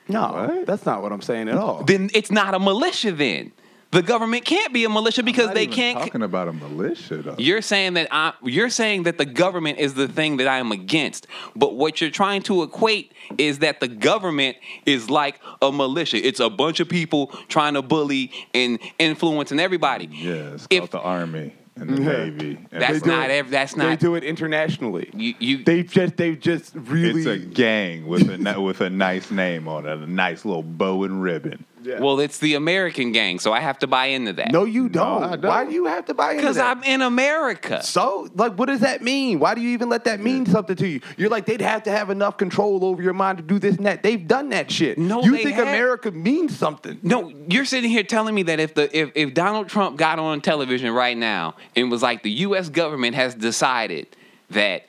Speaker 1: no,
Speaker 3: What?
Speaker 1: that's not what I'm saying at all.
Speaker 2: then it's not a militia then. The government can't be a militia because
Speaker 3: Not
Speaker 2: they
Speaker 3: even
Speaker 2: can't
Speaker 3: talking about a militia though.
Speaker 2: you're saying that I you're saying that the government is the thing that I am against. But what you're trying to equate is that the government is like a militia. It's a bunch of people trying to bully and influencing everybody.
Speaker 3: yeah, it's
Speaker 2: If-
Speaker 3: called the army and the
Speaker 1: Yeah.
Speaker 3: navy. and
Speaker 2: That's
Speaker 3: the-
Speaker 2: not ev- that's
Speaker 1: they
Speaker 2: not
Speaker 1: do it internationally.
Speaker 2: you, you
Speaker 1: They've just they've just really.
Speaker 3: It's a gang with a ni- with a nice name on it, a nice little bow and ribbon.
Speaker 1: Yeah.
Speaker 2: well it's the American gang, so I have to buy into that.
Speaker 1: no, you don't.
Speaker 3: I don't.
Speaker 1: Why do you have to buy? into
Speaker 2: Cuz
Speaker 1: that?
Speaker 2: I'm in America.
Speaker 1: So, like, what does that mean? Why do you even let that mean something to you? You're like, they'd have to have enough control over your mind to do this and that. They've done that shit.
Speaker 2: No,
Speaker 1: you
Speaker 2: they
Speaker 1: think
Speaker 2: have-
Speaker 1: America means something?
Speaker 2: No, you're sitting here telling me that if the if, if Donald Trump got on television right now and was like the US government has decided that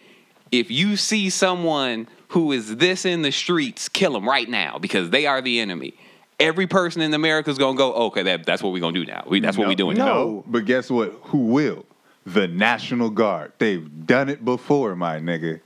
Speaker 2: if you see someone who is this in the streets, kill them right now because they are the enemy. Every person in America is gonna go, okay, that, that's what we're gonna do now. We, that's what
Speaker 3: No,
Speaker 2: we're doing.
Speaker 1: no.
Speaker 2: now.
Speaker 3: but guess what? Who will? The National Guard. They've done it before, my nigga.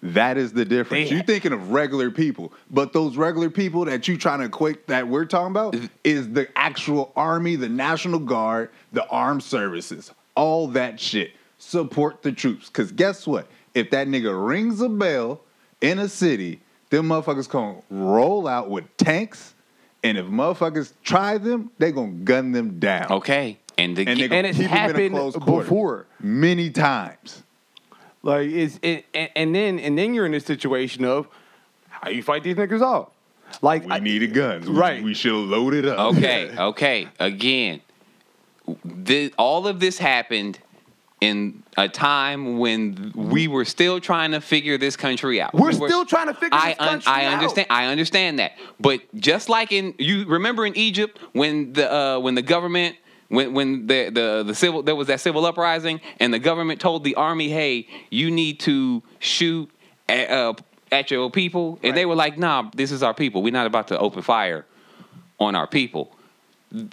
Speaker 3: That is the difference.
Speaker 1: They-
Speaker 3: You're thinking of regular people, but those regular people that you trying to equate that we're talking about is the actual army, the National Guard, the armed services, all that shit. Support the troops, cause guess what? If that nigga rings a bell in a city, them motherfuckers gonna roll out with tanks, and if motherfuckers try them, they gonna gun them down
Speaker 2: Okay. And, the,
Speaker 3: and they
Speaker 1: And
Speaker 3: gonna
Speaker 1: it's
Speaker 3: keep him in a
Speaker 1: happened
Speaker 3: close quarter
Speaker 1: before.
Speaker 3: many times.
Speaker 1: Like, it's it, and, and then and then you're in this situation of how you fight these niggas off. Like,
Speaker 3: We
Speaker 1: I-
Speaker 3: needed guns, We-
Speaker 1: Right.
Speaker 3: We should load it up.
Speaker 2: Okay, okay. Again, thi- all of this happened in a time when we were still trying to figure this country out.
Speaker 1: Mm-hmm. we're
Speaker 2: We were-
Speaker 1: still trying to figure
Speaker 2: I
Speaker 1: this
Speaker 2: un-
Speaker 1: country
Speaker 2: I
Speaker 1: out.
Speaker 2: understand I understand that, but just like in you remember in Egypt when the uh, when the government when when the, the the civil there was that civil uprising and the government told the army, hey, you need to shoot at, uh, at your people, and they were like, nah, this is our people. We're not about to open fire on our people.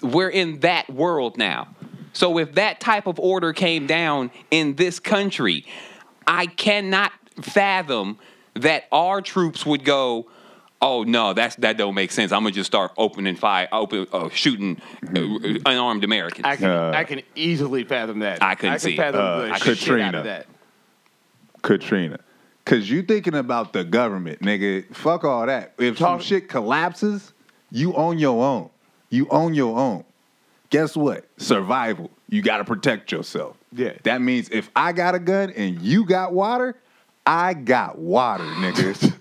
Speaker 2: We're in that world now. So if that type of order came down in this country, I cannot fathom that our troops would go, "Oh no, that's that don't make sense. I'm gonna just start opening fire, open uh, shooting uh, unarmed Americans."
Speaker 1: I can
Speaker 3: Uh,
Speaker 1: I can easily fathom that.
Speaker 2: I couldn't
Speaker 1: I can
Speaker 2: see it.
Speaker 1: fathom
Speaker 3: Uh,
Speaker 1: the
Speaker 3: I
Speaker 1: shit
Speaker 3: Katrina.
Speaker 1: out of that.
Speaker 3: Katrina. Cause you thinking about the government, nigga. Fuck all that. If some
Speaker 1: Talk-
Speaker 3: shit collapses, you own your own. You own your own. Guess what? Survival. You gotta protect yourself.
Speaker 1: Yeah.
Speaker 3: That means if I got a gun and you got water, I got water, nigga.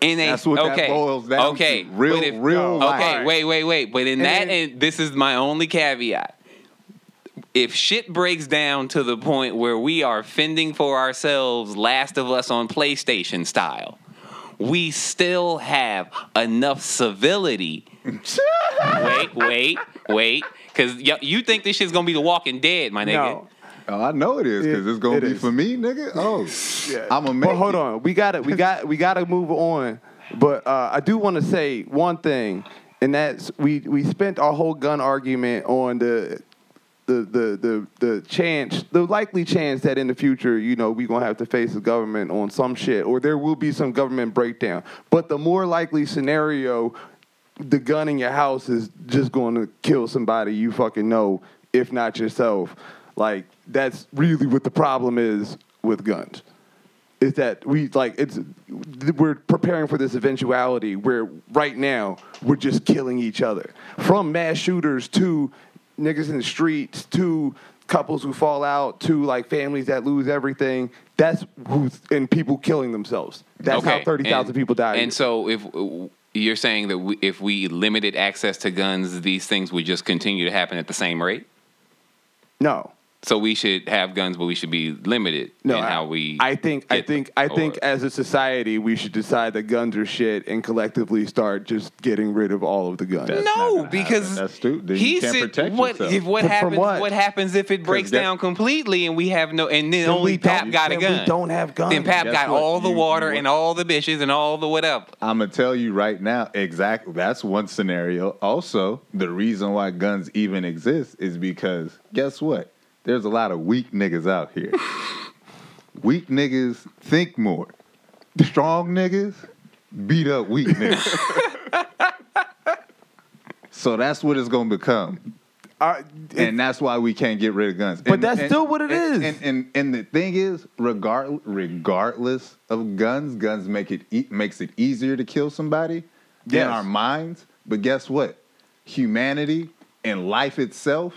Speaker 2: in a,
Speaker 3: That's what that
Speaker 2: okay,
Speaker 3: boils down
Speaker 2: okay,
Speaker 3: to. Real-
Speaker 2: but if-
Speaker 3: real
Speaker 2: Okay,
Speaker 3: life.
Speaker 2: wait, wait, wait. But in that,
Speaker 1: And-
Speaker 2: and this is my only caveat. if shit breaks down to the point where we are fending for ourselves Last of Us on PlayStation style, we still have enough civility. wait, wait, wait. Because y- you think this shit's going to be The Walking Dead, my nigga.
Speaker 1: No.
Speaker 3: Oh, I know it is because
Speaker 1: It-
Speaker 3: it's gonna
Speaker 1: it
Speaker 3: be
Speaker 1: is.
Speaker 3: for me, nigga. Oh,
Speaker 1: Yeah.
Speaker 3: I'm a man.
Speaker 1: But hold on, we got to we got we got to move on. But uh, I do want to say one thing, and that's we we spent our whole gun argument on the. The, the, the, the chance, the likely chance that in the future, you know, we're going to have to face the government on some shit or there will be some government breakdown. But the more likely scenario, the gun in your house is just going to kill somebody you fucking know, if not yourself. Like, that's really what the problem is with guns is that we like it's we're preparing for this eventuality where right now we're just killing each other from mass shooters to niggas in the streets to couples who fall out to like families that lose everything that's who's and people killing themselves that's how 30,000
Speaker 2: and-
Speaker 1: people die
Speaker 2: And so if uh, you're saying that we, if we limited access to guns, these things would just continue to happen at the same rate.
Speaker 1: no
Speaker 2: So we should have guns, but we should be limited
Speaker 1: no
Speaker 2: in
Speaker 1: I,
Speaker 2: how we.
Speaker 1: I think I
Speaker 2: get
Speaker 1: think
Speaker 2: them,
Speaker 1: I think
Speaker 2: or-
Speaker 1: as a society we should decide that guns are shit and collectively start just getting rid of all of the guns
Speaker 3: That's not
Speaker 2: no,
Speaker 3: gonna
Speaker 2: because
Speaker 3: happen. That's stupid. Then you
Speaker 2: he
Speaker 3: can't
Speaker 2: said,
Speaker 3: protect
Speaker 2: "What
Speaker 3: yourself."
Speaker 2: if what
Speaker 1: But from
Speaker 2: happens?
Speaker 1: what?
Speaker 2: What? happens if it breaks
Speaker 3: that-
Speaker 2: down completely and we have no? And then,
Speaker 1: Then
Speaker 2: only
Speaker 1: we don't-
Speaker 2: Pap got a
Speaker 1: then
Speaker 2: gun.
Speaker 1: we don't have guns
Speaker 2: Then Pap
Speaker 3: Guess
Speaker 2: got
Speaker 3: what?
Speaker 2: all the
Speaker 3: You- you
Speaker 2: water
Speaker 3: want-
Speaker 2: and all the bitches and all the whatever.
Speaker 3: I'm gonna tell you right now, exactly. That's one scenario. Also, the reason why guns even exist is because guess what? There's a lot of weak niggas out here. weak niggas think more. Strong niggas beat up weak niggas. so that's what it's gonna become,
Speaker 1: Are-
Speaker 3: and that's why we can't get rid of guns.
Speaker 1: But
Speaker 3: And-
Speaker 1: that's
Speaker 3: and-
Speaker 1: still what it is.
Speaker 3: and, And, and and the thing is, regard regardless of guns, guns make it e- makes it easier to kill somebody
Speaker 1: Yes.
Speaker 3: in our minds. But guess what? Humanity and life itself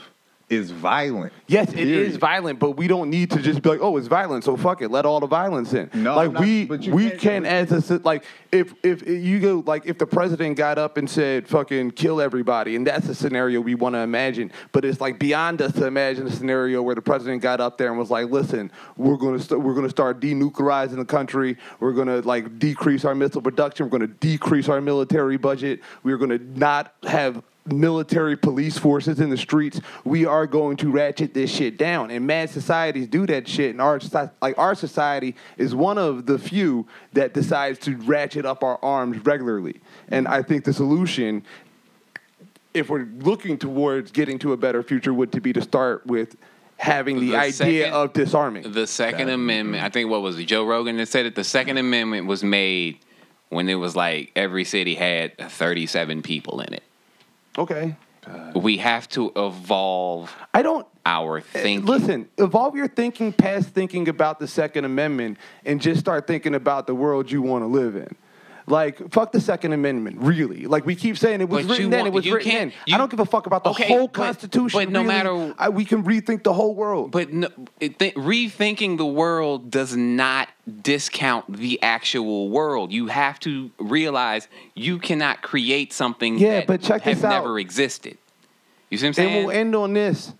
Speaker 3: is violent.
Speaker 1: Yes, it
Speaker 3: Period.
Speaker 1: is violent, but we don't need to just be like, "Oh, it's violent, so fuck it, let all the violence in."
Speaker 3: No,
Speaker 1: like
Speaker 3: not-
Speaker 1: we
Speaker 3: but you
Speaker 1: we
Speaker 3: can't-
Speaker 1: can as a ci- like if if you go like if the president got up and said, "Fucking kill everybody," and that's a scenario we want to imagine, but it's like beyond us to imagine a scenario where the president got up there and was like, "Listen, we're gonna st- we're gonna start denuclearizing the country. We're gonna like decrease our missile production. We're gonna decrease our military budget. We're gonna not have." military police forces in the streets. We are going to ratchet this shit down, and mad societies do that shit. And our soci- like our society is one of the few that decides to ratchet up our arms regularly. And I think the solution, if we're looking towards getting to a better future, would to be to start with having the,
Speaker 2: The
Speaker 1: idea
Speaker 2: second-
Speaker 1: of disarming.
Speaker 2: The Second Amendment, I think what was it, Joe Rogan that said it? The Second Amendment was made when it was like every city had 37 people in it.
Speaker 1: okay,
Speaker 2: We have to evolve
Speaker 1: I don't.
Speaker 2: our thinking.
Speaker 1: Eh, Listen, evolve your thinking past thinking about the Second Amendment and just start thinking about the world you want to live in. Like, fuck the Second Amendment, really. Like, we keep saying it was
Speaker 2: But you
Speaker 1: written then,
Speaker 2: want-
Speaker 1: it was
Speaker 2: you
Speaker 1: written
Speaker 2: can't-
Speaker 1: then.
Speaker 2: you-
Speaker 1: I don't give a fuck about the
Speaker 2: Okay,
Speaker 1: whole
Speaker 2: but-
Speaker 1: Constitution.
Speaker 2: but no
Speaker 1: really.
Speaker 2: matter-
Speaker 1: I, we can rethink the whole world.
Speaker 2: But no, it th- rethinking the world does not discount the actual world. You have to realize you cannot create something
Speaker 1: Yeah,
Speaker 2: that
Speaker 1: but check
Speaker 2: have
Speaker 1: this out.
Speaker 2: never existed. You see what I'm
Speaker 1: and
Speaker 2: saying?
Speaker 1: we'll end on this,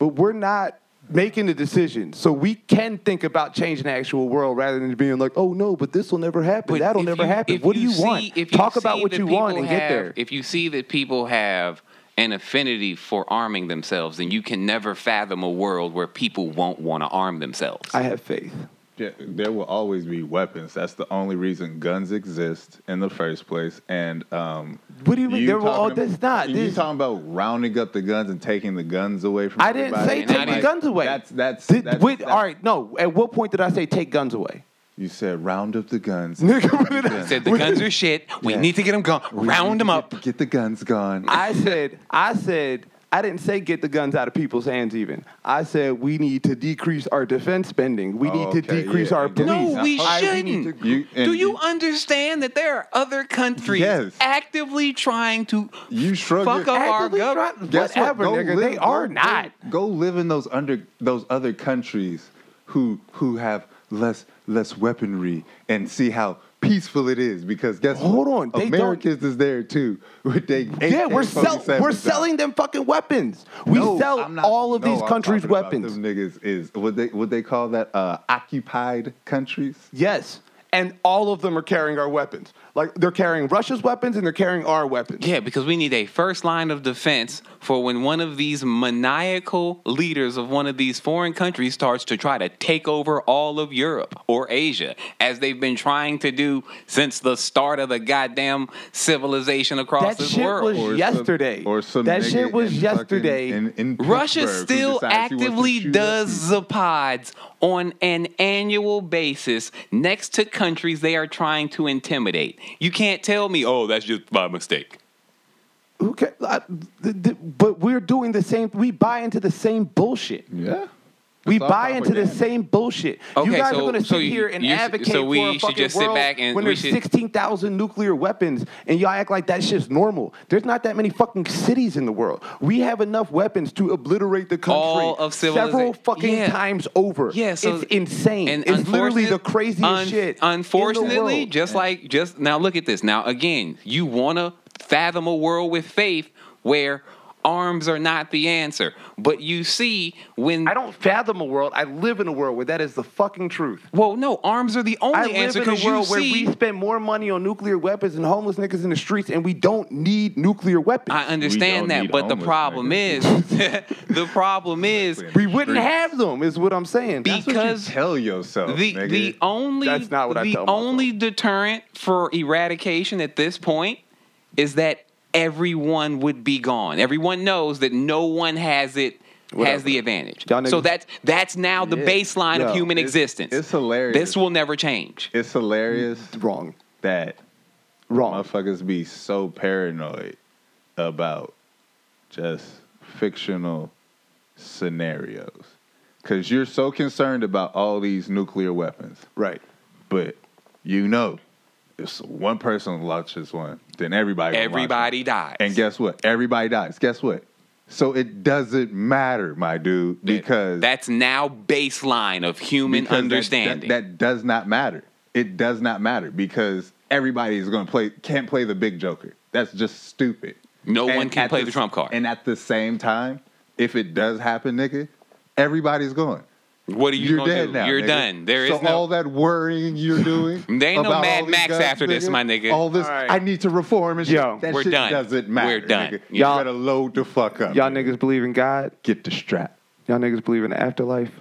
Speaker 1: but we're not making the decision. So we can think about changing the actual world rather than being like, oh no, but this will never happen.
Speaker 2: But
Speaker 1: That'll
Speaker 2: if
Speaker 1: never
Speaker 2: you-
Speaker 1: happen.
Speaker 2: if
Speaker 1: What do you
Speaker 2: see-
Speaker 1: want?
Speaker 2: if
Speaker 1: Talk
Speaker 2: see
Speaker 1: about what
Speaker 2: that
Speaker 1: you want
Speaker 2: people
Speaker 1: and get
Speaker 2: have-
Speaker 1: there.
Speaker 2: If you see that people have an affinity for arming themselves, then you can never fathom a world where people won't want to arm themselves.
Speaker 1: I have faith.
Speaker 3: Yeah, there will always be weapons. That's the only reason guns exist in the first place. And um,
Speaker 1: What do you mean? there were all
Speaker 3: talking-
Speaker 1: that's not.
Speaker 3: You
Speaker 1: This,
Speaker 3: talking about rounding up the guns and taking the guns away from?
Speaker 1: I didn't
Speaker 3: everybody?
Speaker 1: say
Speaker 2: And I
Speaker 1: take the
Speaker 2: didn't-
Speaker 1: guns away.
Speaker 3: That's that's,
Speaker 1: Did-
Speaker 3: that's-
Speaker 1: with-
Speaker 3: that's-
Speaker 1: all right. No. At what point did I say take guns away?
Speaker 3: You said round up the guns.
Speaker 1: Nigga, what did I-
Speaker 2: He said the guns are shit. We
Speaker 3: Yeah.
Speaker 2: need to get them gone.
Speaker 3: We need
Speaker 2: Round
Speaker 3: to
Speaker 2: them up.
Speaker 3: Get, get the guns gone.
Speaker 1: I said. I said. I didn't say get the guns out of people's hands. Even I said we need to decrease our defense spending. We need to
Speaker 3: Okay,
Speaker 1: decrease
Speaker 3: yeah,
Speaker 1: our
Speaker 3: I get it.
Speaker 1: police.
Speaker 2: No, we
Speaker 1: I-
Speaker 2: shouldn't.
Speaker 1: need to-
Speaker 3: You-
Speaker 2: Do
Speaker 3: and
Speaker 2: you understand that there are other countries
Speaker 3: Yes.
Speaker 2: actively trying to
Speaker 3: You shrug
Speaker 2: fuck
Speaker 3: your-
Speaker 2: up our
Speaker 1: Actively
Speaker 2: government?
Speaker 1: trying-
Speaker 3: Guess
Speaker 1: whatever,
Speaker 3: what? Go
Speaker 1: nigga.
Speaker 3: live-
Speaker 1: they are
Speaker 3: go-
Speaker 1: not.
Speaker 3: Go live in those under those other countries who who have less less weaponry and see how peaceful it is because guess
Speaker 1: Hold
Speaker 3: what?
Speaker 1: on, they
Speaker 3: Americans is there too with they
Speaker 1: Yeah, we're sell- we're selling them fucking weapons. We sell all of these countries weapons.
Speaker 3: Them niggas is what they what they call that uh, occupied countries.
Speaker 1: Yes. And all of them are carrying our weapons. Like they're carrying Russia's weapons and they're carrying our weapons.
Speaker 2: Yeah, because we need a first line of defense for when one of these maniacal leaders of one of these foreign countries starts to try to take over all of Europe or Asia, as they've been trying to do since the start of the goddamn civilization across
Speaker 1: That
Speaker 2: this
Speaker 1: shit
Speaker 2: world.
Speaker 1: was- Yesterday.
Speaker 3: some, or some
Speaker 1: That
Speaker 3: nigga
Speaker 1: shit was
Speaker 3: in
Speaker 1: yesterday.
Speaker 3: Fucking, in, in
Speaker 2: Russia
Speaker 3: Pittsburgh who
Speaker 2: still
Speaker 3: decides he wants to
Speaker 2: actively
Speaker 3: shoot
Speaker 2: does
Speaker 3: up
Speaker 2: zapods on an annual basis next to countries they are trying to intimidate. You can't tell me, oh, that's just by mistake.
Speaker 1: Who ca- I- th- th- but we're doing the same. We buy into the same bullshit.
Speaker 3: people. Yeah,
Speaker 1: We
Speaker 3: It's all
Speaker 1: buy into the
Speaker 3: propaganda.
Speaker 1: same bullshit.
Speaker 2: Okay,
Speaker 1: you guys
Speaker 2: so-
Speaker 1: are going to
Speaker 2: so
Speaker 1: sit
Speaker 2: you-
Speaker 1: here and
Speaker 2: you s-
Speaker 1: advocate
Speaker 2: so we
Speaker 1: for a
Speaker 2: should
Speaker 1: fucking
Speaker 2: just sit
Speaker 1: world
Speaker 2: back and
Speaker 1: when
Speaker 2: we
Speaker 1: there's
Speaker 2: should-
Speaker 1: 16,000 nuclear weapons and y'all act like that shit's normal. There's not that many fucking cities in the world. We have enough weapons to obliterate the country
Speaker 2: All of
Speaker 1: several
Speaker 2: civilization.
Speaker 1: fucking
Speaker 2: Yeah.
Speaker 1: times over.
Speaker 2: Yeah, so
Speaker 1: it's insane.
Speaker 2: and
Speaker 1: it's literally the
Speaker 2: unfortunate-
Speaker 1: craziest
Speaker 2: un-
Speaker 1: shit.
Speaker 2: Unfortunately,
Speaker 1: in the world.
Speaker 2: just like just now, look at this. Now again, you want to fathom a world with faith where arms are not the answer, but you see when
Speaker 1: I don't fathom a world. I live in a world where that is the fucking truth.
Speaker 2: well, no, arms are the
Speaker 1: I
Speaker 2: only
Speaker 1: live
Speaker 2: answer
Speaker 1: in a
Speaker 2: because you
Speaker 1: world where
Speaker 2: see.
Speaker 1: we spend more money on nuclear weapons and homeless niggas in the streets, and we don't need nuclear weapons.
Speaker 2: I
Speaker 3: don't
Speaker 2: understand
Speaker 3: need
Speaker 2: that, but the
Speaker 3: homeless
Speaker 2: problem
Speaker 3: niggas.
Speaker 2: is, the problem is
Speaker 1: we wouldn't have them, is what I'm saying.
Speaker 2: Be-
Speaker 3: That's what you
Speaker 2: because
Speaker 3: tell yourself
Speaker 2: the
Speaker 3: Oh, nigga.
Speaker 2: the only
Speaker 1: That's not what I
Speaker 2: the
Speaker 1: tell myself.
Speaker 2: only deterrent for eradication at this point is that everyone would be gone. Everyone knows that no one has it
Speaker 1: Whatever.
Speaker 2: has the advantage.
Speaker 1: Y'all niggas-
Speaker 2: so that's that's now the
Speaker 1: Yeah.
Speaker 2: baseline
Speaker 1: Yo,
Speaker 2: of human
Speaker 1: it's-
Speaker 2: existence.
Speaker 3: it's hilarious.
Speaker 2: This will never change.
Speaker 3: it's hilarious
Speaker 1: wrong,
Speaker 3: that
Speaker 1: wrong.
Speaker 3: motherfuckers be so paranoid about just fictional scenarios because you're so concerned about all these nuclear weapons,
Speaker 1: Right.
Speaker 3: but you know if one person launches one, then everybody gonna launch one.
Speaker 2: Everybody dies.
Speaker 3: And guess what? Everybody dies. Guess what? So it doesn't matter, my dude, because
Speaker 2: that's now baseline of human
Speaker 3: because that-
Speaker 2: understanding.
Speaker 3: That, that, does not matter. It does not matter because everybody is going to play can't play the big joker. That's just stupid.
Speaker 2: No one can
Speaker 3: at
Speaker 2: play the trump card.
Speaker 3: And at the same time, if it does happen, nigga, everybody's going.
Speaker 2: what are you
Speaker 3: You're
Speaker 2: gonna
Speaker 3: dead
Speaker 2: do?
Speaker 3: now.
Speaker 2: You're
Speaker 3: nigga.
Speaker 2: done. There is
Speaker 3: so
Speaker 2: no
Speaker 3: all that worrying you're doing.
Speaker 2: There ain't no
Speaker 3: about
Speaker 2: Mad
Speaker 3: all these
Speaker 2: Max
Speaker 3: guns,
Speaker 2: after this, my nigga.
Speaker 3: All this,
Speaker 1: All right.
Speaker 3: I need to reform and shit.
Speaker 1: Yo.
Speaker 3: that
Speaker 2: We're
Speaker 3: shit
Speaker 2: done.
Speaker 3: doesn't matter.
Speaker 2: We're done.
Speaker 3: Nigga. You
Speaker 1: Y'all-
Speaker 3: better load the fuck up.
Speaker 1: Y'all
Speaker 3: nigga.
Speaker 1: niggas believe in God.
Speaker 3: get the strap.
Speaker 1: Y'all niggas believe in the afterlife.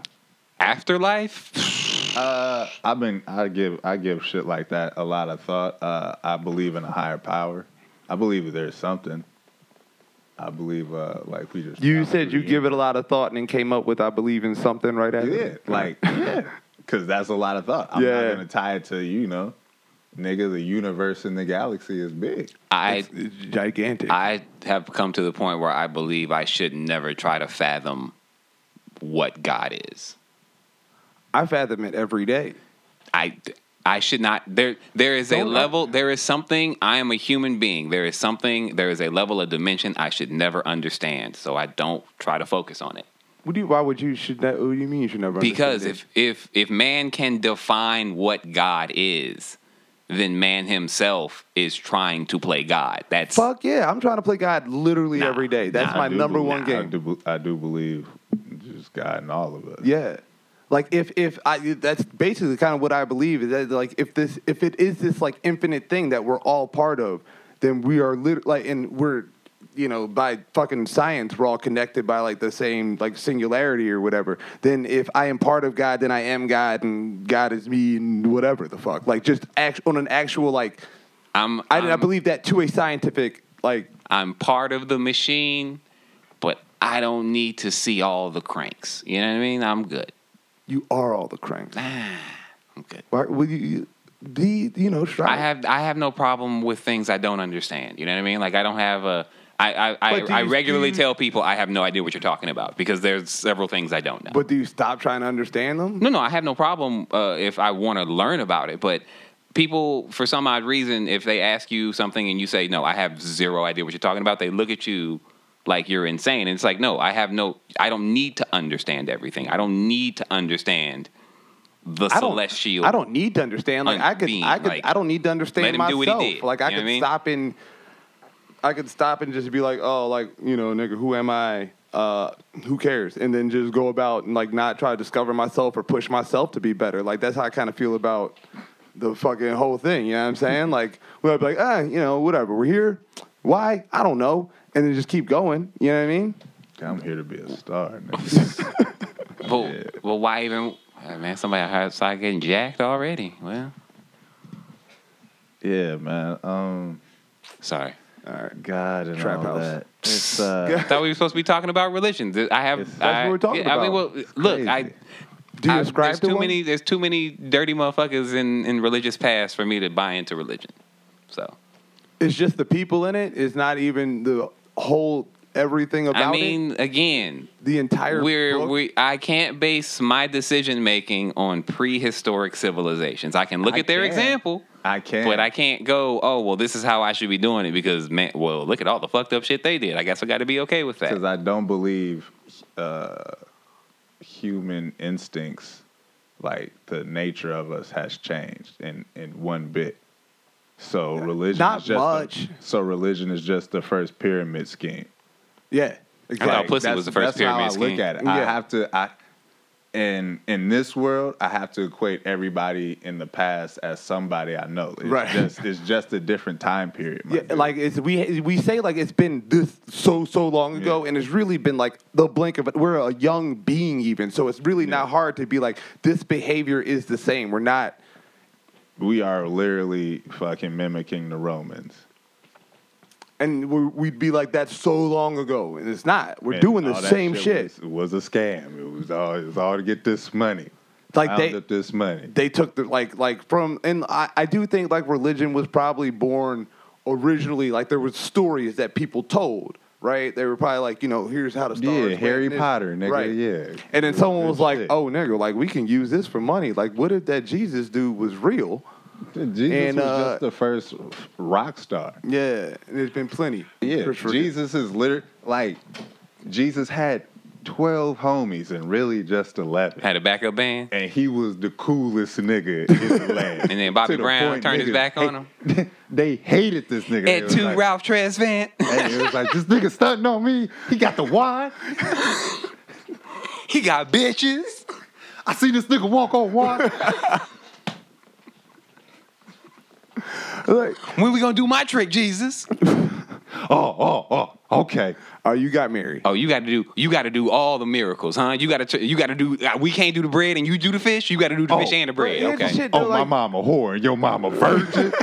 Speaker 2: afterlife.
Speaker 3: Uh, I've been I give I give shit like that a lot of thought. Uh, I believe in a higher power. I believe there's something. I believe uh, like we just
Speaker 1: You said you give it a lot of thought and then came up with I believe in something right after.
Speaker 3: yeah like yeah because that's a lot of thought. I'm
Speaker 1: Yeah.
Speaker 3: not gonna tie it to you know, nigga. The universe and the galaxy is big.
Speaker 2: I
Speaker 1: It's- it's gigantic.
Speaker 2: I have come to the point where I believe I should never try to fathom what God is.
Speaker 1: I fathom it every day.
Speaker 2: I I should not there there is a
Speaker 1: Don't-
Speaker 2: level there is something I am a human being. There is something there is a level of dimension I should never understand. So I don't try to focus on it.
Speaker 1: What do you, why would you should that what do you mean you should never
Speaker 2: Because
Speaker 1: understand it?
Speaker 2: if if if man can define what God is, then man himself is trying to play God. That's
Speaker 1: Fuck yeah, I'm trying to play God literally
Speaker 2: Nah,
Speaker 1: every day. That's
Speaker 3: I
Speaker 1: my
Speaker 3: do
Speaker 1: number
Speaker 3: believe-
Speaker 1: one
Speaker 3: I
Speaker 1: game.
Speaker 3: do, be- I do believe just God and all of us.
Speaker 1: Yeah. Like if if I that's basically kind of what I believe is that like if this if it is this like infinite thing that we're all part of, then we are lit- like and we're you know by fucking science we're all connected by like the same like singularity or whatever. Then if I am part of God, then I am God and God is me and whatever the fuck. Like just act on an actual like
Speaker 2: I'm
Speaker 1: I, I
Speaker 2: I'm-
Speaker 1: believe that to a scientific like
Speaker 2: I'm part of the machine, but I don't need to see all the cranks. You know what I mean? I'm good.
Speaker 1: you are all the cranks.
Speaker 2: I'm good.
Speaker 1: Why would you you- be you know strive?
Speaker 2: I have I have no problem with things I don't understand. You know what I mean? Like I don't have a I I, I,
Speaker 1: But do
Speaker 2: I
Speaker 1: you-
Speaker 2: regularly
Speaker 1: do you-
Speaker 2: tell people I have no idea what you're talking about because there's several things I don't know.
Speaker 1: But do you stop trying to understand them?
Speaker 2: No, no, I have no problem uh, if I want to learn about it, but people, for some odd reason, if they ask you something and you say, no, I have zero idea what you're talking about, they look at you like you're insane. And it's like, no, I have no, I don't need to understand everything. I don't need to understand the
Speaker 1: I don't,
Speaker 2: celestial.
Speaker 1: I don't need to understand. Like I could,
Speaker 2: being,
Speaker 1: I could,
Speaker 2: like,
Speaker 1: I don't need to
Speaker 2: let
Speaker 1: understand
Speaker 2: him
Speaker 1: myself.
Speaker 2: do what he did.
Speaker 1: Like I
Speaker 2: You know
Speaker 1: could
Speaker 2: what I mean?
Speaker 1: stop and, I could stop and just be like, oh, like you know, nigga, who am I? Uh, who cares? And then just go about and like not try to discover myself or push myself to be better. Like that's how I kind of feel about the fucking whole thing. You know what I'm saying? like, well, I'd be like, ah, you know, whatever. We're here. Why? I don't know. And then just keep going. You know what I mean?
Speaker 3: I'm here to be a star. nigga.
Speaker 2: Well, well, why even? uh, Man, somebody outside getting jacked already. Well,
Speaker 3: yeah, man. Um,
Speaker 2: sorry.
Speaker 1: All right.
Speaker 3: God and
Speaker 1: Trap
Speaker 3: all
Speaker 1: house.
Speaker 3: that. It's uh,
Speaker 2: I thought we were supposed to be talking about religion. Th- I have.
Speaker 3: Yes.
Speaker 2: I,
Speaker 1: That's what we're talking
Speaker 2: yeah, I mean, well,
Speaker 1: about.
Speaker 2: look, I.
Speaker 3: crazy.
Speaker 1: Do you
Speaker 2: I-
Speaker 1: ascribe
Speaker 2: there's
Speaker 1: to
Speaker 2: too
Speaker 1: one?
Speaker 2: many. There's too many dirty motherfuckers in in religious past for me to buy into religion. So
Speaker 1: It's just the people in it. It's not even the whole everything about
Speaker 2: I
Speaker 1: it.
Speaker 2: mean, again,
Speaker 1: The entire
Speaker 2: we're
Speaker 1: book.
Speaker 2: we. I can't base my decision making on prehistoric civilizations. I can look
Speaker 3: I
Speaker 2: at their
Speaker 3: can.
Speaker 2: example.
Speaker 3: I can't.
Speaker 2: But I can't go, oh, well, this is how I should be doing it because, man, well, look at all the fucked up shit they did. I guess I got to be okay with that.
Speaker 3: because I don't believe uh, human instincts, like the nature of us, has changed in in one bit. So religion
Speaker 1: Not
Speaker 3: is just
Speaker 1: much.
Speaker 3: The, so religion is just the first pyramid scheme.
Speaker 1: yeah,
Speaker 2: I thought
Speaker 1: exactly.
Speaker 2: pussy
Speaker 3: that's-
Speaker 2: was the first
Speaker 3: that's how
Speaker 2: pyramid
Speaker 3: I
Speaker 2: scheme.
Speaker 3: look at it. I
Speaker 1: Yeah.
Speaker 3: have to. I in in this world, I have to equate everybody in the past as somebody I know. It's
Speaker 1: Right.
Speaker 3: Just, it's just a different time period. my
Speaker 1: Yeah,
Speaker 3: dude.
Speaker 1: like it's we we say like it's been this so so long ago,
Speaker 3: Yeah.
Speaker 1: and it's really been like the blink of we're a young being even, so it's really not hard to be like this behavior is the same. We're not
Speaker 3: we are literally fucking mimicking the Romans.
Speaker 1: and we we'd be like that's so long ago, and it's not. We're
Speaker 3: And
Speaker 1: doing the
Speaker 3: all that
Speaker 1: same shit.
Speaker 3: Was, was a scam. It was all. It was all to get this money.
Speaker 1: Like
Speaker 3: Round
Speaker 1: they
Speaker 3: up this money.
Speaker 1: they took the like like from and I, I do think like religion was probably born originally like there was stories that people told right they were probably like you know here's how to start
Speaker 3: yeah, Harry Potter, nigga. Yeah.
Speaker 1: and then someone
Speaker 3: Real
Speaker 1: was
Speaker 3: good
Speaker 1: like
Speaker 3: shit.
Speaker 1: oh nigga like we can use this for money like what if that jesus dude was real
Speaker 3: Jesus
Speaker 1: and,
Speaker 3: was
Speaker 1: uh,
Speaker 3: just the first rock star.
Speaker 1: yeah and there's been plenty
Speaker 3: Yeah,
Speaker 1: For sure.
Speaker 3: Jesus is literally like Jesus had twelve homies and really just eleven,
Speaker 2: Had a backup band.
Speaker 3: and he was the coolest nigga in the land.
Speaker 2: And then Bobby
Speaker 3: To the
Speaker 2: Brown turned his
Speaker 3: niggas
Speaker 2: back on
Speaker 3: hate- they hated this nigga. They
Speaker 2: At
Speaker 3: was
Speaker 2: two,
Speaker 3: like,
Speaker 2: Ralph Tresvant.
Speaker 3: and it was like this nigga stunting on me. He got the wine.
Speaker 2: he got bitches.
Speaker 3: I see this nigga walk on water.
Speaker 1: Like,
Speaker 2: When we gonna do my trick, Jesus?
Speaker 3: oh, oh, oh. Okay.
Speaker 1: oh you got married
Speaker 2: Oh, you got to do. You got to do all the miracles, huh? You got to. You got to do. uh, We can't do the bread, and you do the fish. You got to do the
Speaker 3: Oh,
Speaker 2: fish and the bread.
Speaker 1: here's the
Speaker 2: Okay.
Speaker 1: shit,
Speaker 3: Oh,
Speaker 1: though,
Speaker 3: my
Speaker 1: like-
Speaker 3: mama whore and your mama virgin.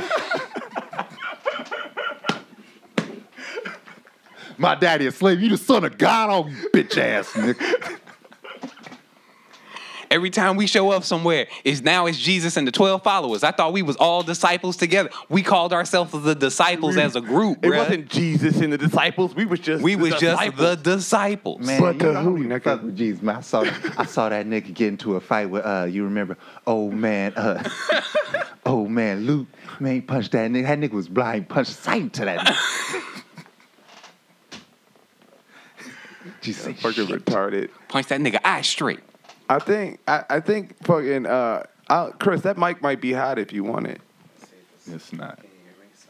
Speaker 3: my daddy a slave. You the son of God, oh bitch ass nigga.
Speaker 2: Every time we show up somewhere, is now it's Jesus and the twelve followers. I thought we was all disciples together. We called ourselves the disciples as a group.
Speaker 1: it
Speaker 2: bruh.
Speaker 1: wasn't jesus and the disciples we was just
Speaker 2: We
Speaker 1: the
Speaker 2: was just
Speaker 1: disciples.
Speaker 2: the disciples.
Speaker 1: But you the know who, I don't nigga? fuck
Speaker 3: Fuck with Jesus, man. I saw, I saw that nigga get into a fight with, uh, you remember, oh man, uh, oh man, Luke, man, punched that nigga. That nigga was blind, punched sight to that nigga. Jesus,
Speaker 1: fucking retarded
Speaker 2: Punch that nigga eye straight.
Speaker 1: I think I, I think fucking uh i Chris, that mic might be hot if you want it.
Speaker 3: It's not.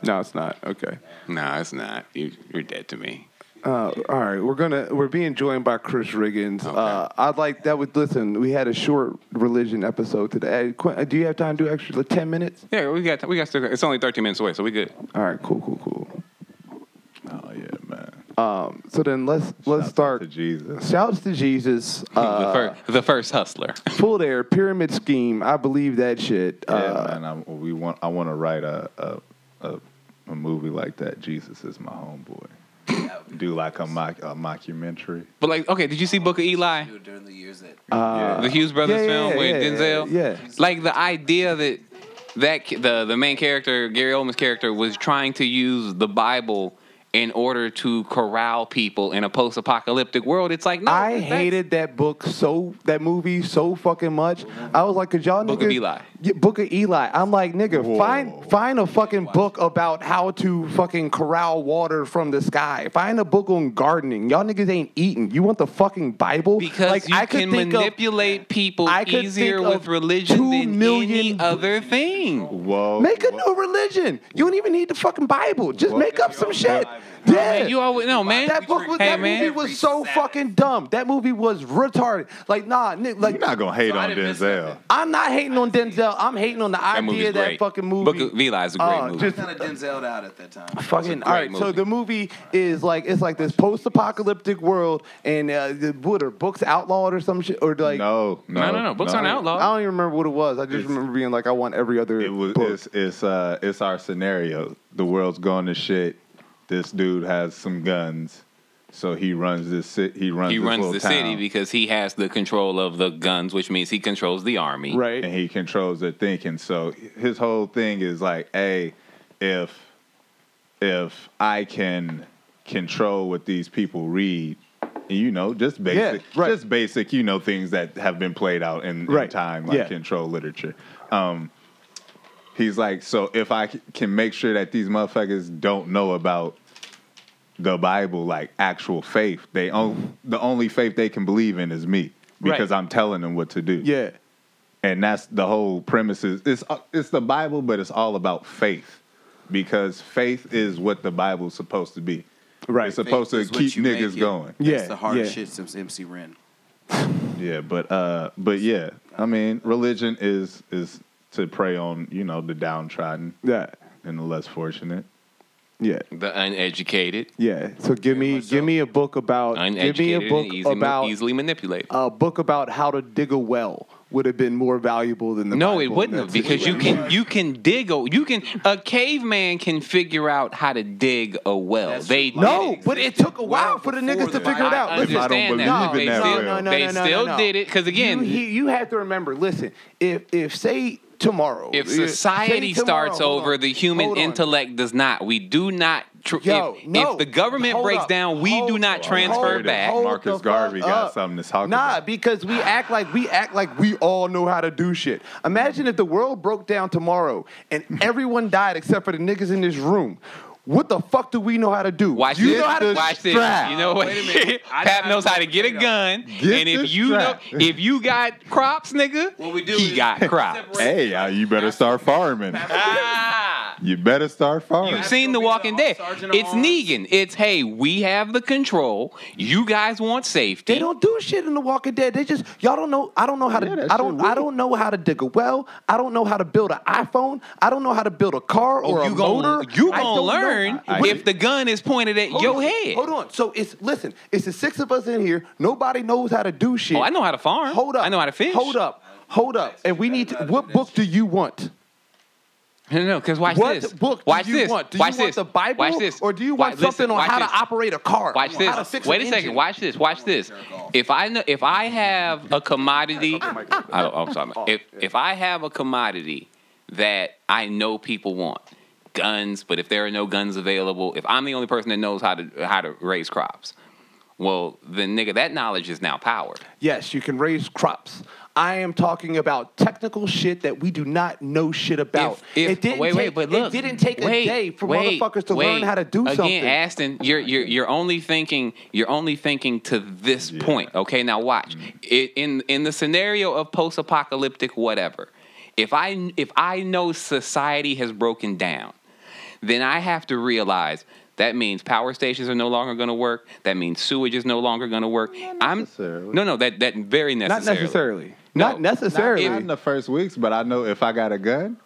Speaker 1: No, it's not. Okay.
Speaker 2: No, it's not. You, you're dead to me.
Speaker 1: Uh, all right, we're gonna we're being joined by Chris Riggins. Uh, I'd like that would listen. We had a short religion episode today. Uh, Qu- uh, Do you have time to do extra like, ten minutes?
Speaker 2: Yeah, we got we got still. It's only 13 minutes away, so we good.
Speaker 1: All right, cool, cool, cool.
Speaker 3: Oh yeah, man.
Speaker 1: Um, so then let's let's
Speaker 3: Shout out to
Speaker 1: start.
Speaker 3: Jesus.
Speaker 1: Shouts to Jesus.
Speaker 2: the,
Speaker 1: Uh,
Speaker 2: fir- the first hustler.
Speaker 1: full air pyramid scheme. I believe that shit.
Speaker 3: Yeah,
Speaker 1: Uh,
Speaker 3: man. i we want. I want to write a a, a a movie like that. Jesus is my homeboy. Do like a mock a mockumentary.
Speaker 2: But like, okay, did you see Book of Eli,
Speaker 4: during the years that
Speaker 1: Uh,
Speaker 2: the Hughes Brothers
Speaker 1: yeah,
Speaker 2: film
Speaker 1: yeah,
Speaker 2: with
Speaker 1: yeah,
Speaker 2: Denzel?
Speaker 1: yeah.
Speaker 2: Like the idea that that ki- the the main character Gary Oldman's character was trying to use the Bible in order to corral people in a post-apocalyptic world. It's like no,
Speaker 1: I
Speaker 2: that's-
Speaker 1: hated that book so that movie so fucking much. I was like, could y'all
Speaker 2: Book
Speaker 1: niggas,
Speaker 2: of Eli.
Speaker 1: Yeah, book of Eli. I'm like, nigga,
Speaker 3: Whoa.
Speaker 1: find find a fucking book about how to fucking corral water from the sky. Find a book on gardening. Y'all niggas ain't eating. You want the fucking Bible?
Speaker 2: because
Speaker 1: like,
Speaker 2: you
Speaker 1: I could
Speaker 2: can
Speaker 1: think of-
Speaker 2: manipulate people
Speaker 1: I could
Speaker 2: easier
Speaker 1: think of
Speaker 2: with religion
Speaker 1: two
Speaker 2: than any
Speaker 1: million-
Speaker 2: other thing.
Speaker 3: Whoa.
Speaker 1: Make a
Speaker 3: whoa.
Speaker 1: new religion. You don't even need the fucking Bible. Just
Speaker 3: What?
Speaker 1: make up some shit.
Speaker 2: Man,
Speaker 1: Yeah.
Speaker 2: you always no man.
Speaker 1: that book was,
Speaker 2: hey,
Speaker 1: that
Speaker 2: man.
Speaker 1: movie was so fucking dumb. That movie was retarded. Like nah, ni- like
Speaker 3: You're not gonna hate
Speaker 4: So I
Speaker 3: on
Speaker 4: didn't miss
Speaker 3: Denzel.
Speaker 1: I'm not hating on Denzel. I'm hating on the idea
Speaker 2: movie's
Speaker 1: of that
Speaker 2: great.
Speaker 1: fucking movie.
Speaker 2: Book of Eli is a great
Speaker 1: Uh,
Speaker 2: movie.
Speaker 1: Just
Speaker 4: kind of Denzel out at that time.
Speaker 1: fucking
Speaker 2: great
Speaker 1: all right. So
Speaker 2: movie.
Speaker 1: the movie is like it's like this post-apocalyptic world, and uh, the- what are books outlawed or some shit or like
Speaker 3: No, no,
Speaker 2: no, no, no. Books aren't outlawed.
Speaker 1: I don't even remember what it was. I just
Speaker 3: It's-
Speaker 1: remember being like I want every other
Speaker 3: It was.
Speaker 1: book.
Speaker 3: It's. It's. Uh. It's our scenario. The world's going to shit. This dude has some guns, so he runs this. ci- He runs.
Speaker 2: he
Speaker 3: this
Speaker 2: runs
Speaker 3: little
Speaker 2: the
Speaker 3: town,
Speaker 2: city because he has the control of the guns, which means he controls the army.
Speaker 1: right.
Speaker 3: and he controls their thinking. So his whole thing is like, hey, if if I can control what these people read, you know, just basic,
Speaker 1: Yeah, right.
Speaker 3: just basic, you know, things that have been played out in, in
Speaker 1: Right,
Speaker 3: time, like
Speaker 1: yeah.
Speaker 3: control literature. Um, he's like, so if I c- can make sure that these motherfuckers don't know about the Bible, like actual faith, they own the only faith they can believe in is me
Speaker 1: Right.
Speaker 3: because I'm telling them what to do
Speaker 1: Yeah.
Speaker 3: and that's the whole premise is it's uh, it's the bible but it's all about faith because faith is what the bible's supposed to be
Speaker 1: Right.
Speaker 3: it's supposed
Speaker 4: Faith is
Speaker 3: to
Speaker 4: what
Speaker 3: keep
Speaker 4: you make
Speaker 3: niggas
Speaker 4: it.
Speaker 3: going
Speaker 1: Yeah,
Speaker 4: That's the hard
Speaker 1: yeah.
Speaker 4: shit since MC Ren.
Speaker 3: yeah but uh but yeah i mean religion is is to prey on you know the downtrodden
Speaker 1: Yeah.
Speaker 3: and the less fortunate
Speaker 1: Yeah.
Speaker 2: The uneducated,
Speaker 1: Yeah. So give me
Speaker 4: myself.
Speaker 1: give me a book about give me
Speaker 2: uneducated,
Speaker 1: a book
Speaker 2: and easy,
Speaker 1: about
Speaker 2: easily manipulated.
Speaker 1: a book about how to dig a well would have been more valuable than the
Speaker 2: no,
Speaker 1: Bible
Speaker 2: it
Speaker 1: in
Speaker 2: wouldn't
Speaker 1: that
Speaker 2: have because you
Speaker 1: situation.
Speaker 2: can you can dig a you can a caveman can figure out how to dig a well.
Speaker 4: That's
Speaker 2: they
Speaker 4: true.
Speaker 2: did
Speaker 1: No,
Speaker 4: Light
Speaker 1: but it took a while
Speaker 4: well
Speaker 1: for the
Speaker 4: before
Speaker 1: niggas to
Speaker 4: the
Speaker 1: figure it out.
Speaker 4: Bible.
Speaker 2: I
Speaker 3: If I don't
Speaker 2: understand
Speaker 3: believe
Speaker 2: that.
Speaker 3: in
Speaker 2: they
Speaker 3: that
Speaker 2: still,
Speaker 3: well. No, no,
Speaker 2: they still did it because again,
Speaker 1: you, he- you have to remember. Listen, if if say tomorrow,
Speaker 2: if
Speaker 1: say tomorrow-
Speaker 2: society starts
Speaker 1: hold on,
Speaker 2: over, the human
Speaker 1: hold on.
Speaker 2: intellect does not. We do not. Tr-
Speaker 1: Yo,
Speaker 2: if,
Speaker 1: no,
Speaker 2: if the government
Speaker 1: hold
Speaker 2: breaks
Speaker 1: up,
Speaker 2: down, we do
Speaker 1: hold
Speaker 2: not
Speaker 1: up,
Speaker 2: transfer
Speaker 1: hold up,
Speaker 2: back.
Speaker 1: hold
Speaker 3: Marcus
Speaker 1: the fuck
Speaker 3: Garvey got
Speaker 1: up.
Speaker 3: something to talk
Speaker 1: nah,
Speaker 3: about.
Speaker 1: because we act like we act like we all know how to do shit. Imagine if the world broke down tomorrow and everyone died except for the niggas in this room. What the fuck do we know how to do?
Speaker 2: Watch
Speaker 1: you
Speaker 2: this.
Speaker 1: know how to
Speaker 2: Watch
Speaker 1: strap.
Speaker 2: this. You know what?
Speaker 4: Wait a minute. I
Speaker 2: Pap
Speaker 4: know
Speaker 2: knows
Speaker 4: how
Speaker 2: how to
Speaker 4: to
Speaker 2: get a
Speaker 4: straight up.
Speaker 2: gun,
Speaker 3: Get
Speaker 2: and if
Speaker 3: this
Speaker 2: you know,
Speaker 3: strap.
Speaker 2: if you got crops, nigga,
Speaker 4: What we do
Speaker 2: he
Speaker 4: is-
Speaker 2: got crops.
Speaker 4: Separate-
Speaker 3: hey uh, you better start farming
Speaker 2: ah.
Speaker 3: you better start farming
Speaker 2: You've seen The
Speaker 4: Gonna be
Speaker 2: Walking
Speaker 4: the
Speaker 2: Dead.
Speaker 4: sergeant at
Speaker 2: It's
Speaker 4: arms.
Speaker 2: Negan. It's hey, we have the control. You guys want safety.
Speaker 1: They don't do shit in The Walking Dead. They just y'all don't know. I don't know how to.
Speaker 3: Yeah, that
Speaker 1: I don't.
Speaker 3: shit
Speaker 1: I
Speaker 3: weak.
Speaker 1: don't know how to dig a well. I don't know how to build an iPhone. I don't know how to build a car or a
Speaker 2: Oh, you gonna,
Speaker 1: motor.
Speaker 2: You
Speaker 1: I
Speaker 2: gonna
Speaker 1: don't know.
Speaker 2: learn
Speaker 3: I-
Speaker 2: if the gun is pointed at
Speaker 1: Hold
Speaker 2: your
Speaker 1: on,
Speaker 2: head.
Speaker 1: Hold on. So it's listen. It's the six of us in here. Nobody knows how to do shit.
Speaker 2: Oh, I know how to farm.
Speaker 1: Hold up.
Speaker 2: I know how to fish.
Speaker 1: Hold up. Hold up. And we need. To, what book do you want?
Speaker 2: No, no, because watch
Speaker 1: What
Speaker 2: this.
Speaker 1: book do
Speaker 2: watch
Speaker 1: you
Speaker 2: this.
Speaker 1: want? Do
Speaker 2: watch
Speaker 1: you want
Speaker 2: this.
Speaker 1: the Bible,
Speaker 2: Watch this.
Speaker 1: or do you
Speaker 2: Wa-
Speaker 1: want
Speaker 2: listen,
Speaker 1: something on
Speaker 2: watch
Speaker 1: how
Speaker 2: this.
Speaker 1: to operate a car?
Speaker 2: Watch
Speaker 1: How to
Speaker 2: this.
Speaker 1: fix
Speaker 2: Wait a
Speaker 1: an
Speaker 2: second.
Speaker 1: engine?
Speaker 2: Watch this. Watch this. If I know, if I have a commodity, I don't, I'm sorry.
Speaker 1: Oh,
Speaker 2: If if I have a commodity that I know people want, guns. But if there are no guns available, if I'm the only person that knows how to how to raise crops, well, then nigga, that knowledge is now power.
Speaker 1: Yes, you can raise crops. I am talking about technical shit that we do not know shit about.
Speaker 2: If- if-
Speaker 1: it didn't
Speaker 2: wait,
Speaker 1: take,
Speaker 2: wait, but look,
Speaker 1: it didn't take
Speaker 2: wait,
Speaker 1: a day for
Speaker 2: wait,
Speaker 1: motherfuckers to learn
Speaker 2: wait.
Speaker 1: how to do
Speaker 2: Again,
Speaker 1: something.
Speaker 2: Aston, you're you're you're only thinking you're only thinking to this
Speaker 3: Yeah. Mm.
Speaker 2: point. Okay, now watch. I- in in the scenario of post-apocalyptic whatever, if I if I know society has broken down, then I have to realize that means power stations are no longer going to work. That means sewage is no longer going to work. I'm
Speaker 3: necessarily.
Speaker 2: no, no, that that very
Speaker 1: not
Speaker 2: necessarily.
Speaker 1: necessarily.
Speaker 2: No,
Speaker 1: not
Speaker 3: not
Speaker 1: necessarily.
Speaker 3: in the first weeks, but I know if I got a gun,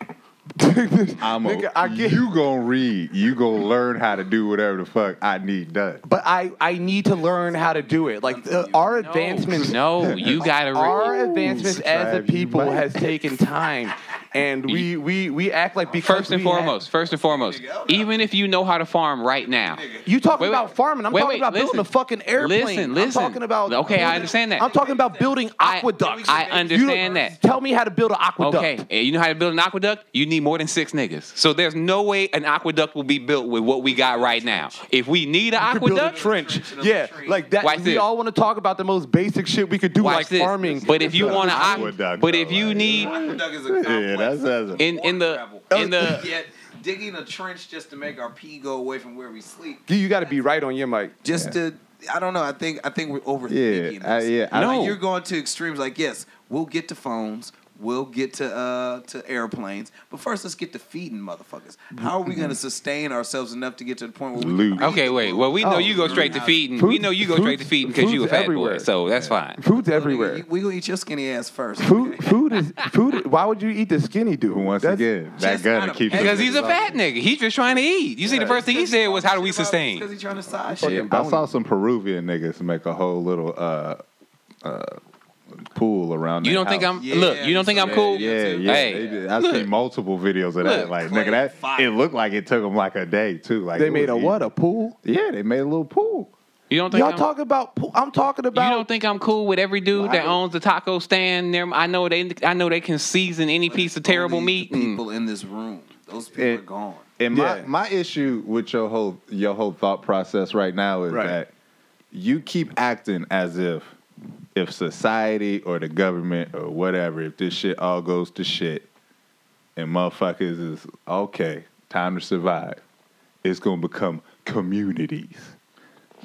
Speaker 3: I'm a,
Speaker 1: Nigga, I get-
Speaker 3: you gonna read, you gonna learn how to do whatever the fuck I need done.
Speaker 1: but I, I need to learn how to do it. Like uh, our advancements
Speaker 2: No, you got to
Speaker 1: our
Speaker 2: read.
Speaker 1: advancements as a
Speaker 3: subscribe, you
Speaker 1: people
Speaker 3: might.
Speaker 1: has taken time. and we we we act like because
Speaker 2: First and
Speaker 1: we have-
Speaker 2: foremost, first and foremost,
Speaker 4: Nigga, I'm not-
Speaker 2: even if you know how to farm right now,
Speaker 1: you talking
Speaker 2: Wait, wait.
Speaker 1: about farming? I'm
Speaker 2: Wait,
Speaker 1: talking
Speaker 2: wait,
Speaker 1: about building
Speaker 2: listen.
Speaker 1: a fucking airplane.
Speaker 2: Listen,
Speaker 1: I'm
Speaker 2: listen.
Speaker 1: talking about
Speaker 2: Okay, I
Speaker 1: building-
Speaker 2: understand that.
Speaker 1: I'm talking about building
Speaker 2: I-
Speaker 1: aqueducts.
Speaker 2: I
Speaker 1: You-
Speaker 2: understand that.
Speaker 1: Tell me how to build an aqueduct.
Speaker 2: okay, and you know how to build an aqueduct? You need more than six niggas. So there's no way an aqueduct will be built with what we got right now. If we need an
Speaker 1: could build a
Speaker 2: aqueduct,
Speaker 1: trench.
Speaker 4: Trench another
Speaker 1: Yeah,
Speaker 4: tree.
Speaker 1: like that.
Speaker 2: Watch
Speaker 1: we
Speaker 2: this.
Speaker 1: all want to talk about the most basic shit we could do,
Speaker 2: watch
Speaker 1: like
Speaker 2: this.
Speaker 1: farming.
Speaker 2: But if you want to,
Speaker 3: Aqueduct,
Speaker 2: but
Speaker 3: though,
Speaker 2: if you
Speaker 3: like,
Speaker 2: need
Speaker 4: Aqueduct is a complex.
Speaker 3: Yeah, that's that's. A,
Speaker 2: in in the
Speaker 4: Water
Speaker 2: in
Speaker 4: travel.
Speaker 2: the
Speaker 4: Yet, digging a trench just to make our pee go away from where we sleep.
Speaker 1: You, got to be right on your mic.
Speaker 4: Just to, I don't know. I think I think we're overthinking.
Speaker 3: yeah, I,
Speaker 4: this.
Speaker 3: yeah. I,
Speaker 2: No.
Speaker 4: Like, you're going to extremes. Like yes, we'll get to phones. We'll get to uh, to airplanes, but first let's get to feeding motherfuckers. How are we going to sustain ourselves enough to get to the point where we can
Speaker 3: Luke.
Speaker 4: feed
Speaker 2: okay,
Speaker 4: the
Speaker 2: wait.
Speaker 4: world?
Speaker 2: Well, we know
Speaker 1: Oh.
Speaker 2: you go straight to feeding. we
Speaker 1: Food-
Speaker 2: know you go
Speaker 1: food-
Speaker 2: straight to feeding because you a
Speaker 1: food's
Speaker 2: fat boy,
Speaker 1: everywhere.
Speaker 2: so that's fine.
Speaker 1: Food's
Speaker 4: Nigga,
Speaker 1: everywhere.
Speaker 4: you- We gonna eat your skinny ass first.
Speaker 1: Food, food is food. Why would you eat the skinny dude?
Speaker 3: Once
Speaker 1: That's-
Speaker 3: again, that
Speaker 4: Just out
Speaker 3: gun
Speaker 4: of
Speaker 3: keeps.
Speaker 4: pay-
Speaker 2: Because he's a fat nigga. He's just trying to eat. You see, the first thing he said was, "How do we
Speaker 4: Because
Speaker 2: sustain?"
Speaker 4: he's trying to side
Speaker 1: Fucking
Speaker 4: shit.
Speaker 3: I saw some Peruvian niggas make a whole little uh, uh, pool around.
Speaker 2: You
Speaker 3: their
Speaker 2: don't think
Speaker 3: house.
Speaker 2: I'm look? You don't think I'm
Speaker 4: Yeah,
Speaker 2: cool?
Speaker 3: Yeah,
Speaker 4: Yeah, too.
Speaker 3: yeah.
Speaker 2: Hey,
Speaker 3: they did. I've
Speaker 2: look.
Speaker 3: seen multiple videos of that.
Speaker 2: Look.
Speaker 3: Like,
Speaker 4: Clay
Speaker 3: nigga, that
Speaker 4: fire.
Speaker 3: it looked like it took them like a day too. Like
Speaker 1: They
Speaker 3: it
Speaker 1: made a
Speaker 3: was
Speaker 1: what? A pool?
Speaker 3: easy. Yeah, they made a little pool.
Speaker 2: You don't think
Speaker 1: Y'all
Speaker 2: I'm,
Speaker 1: talking about pool? I'm talking
Speaker 2: You
Speaker 1: about.
Speaker 2: don't think I'm cool with every dude that owns the taco stand? There, I know they. I know they can season any piece of terrible
Speaker 4: Only
Speaker 2: meat. Mm.
Speaker 4: the
Speaker 2: And,
Speaker 4: People in this room, those people
Speaker 3: It-
Speaker 4: are gone.
Speaker 3: And
Speaker 1: Yeah.
Speaker 3: my my issue with your whole your whole thought process right now is
Speaker 1: Right.
Speaker 3: that you keep acting as if if society or the government or whatever, if this shit all goes to shit and motherfuckers is okay, time to survive, it's gonna become communities.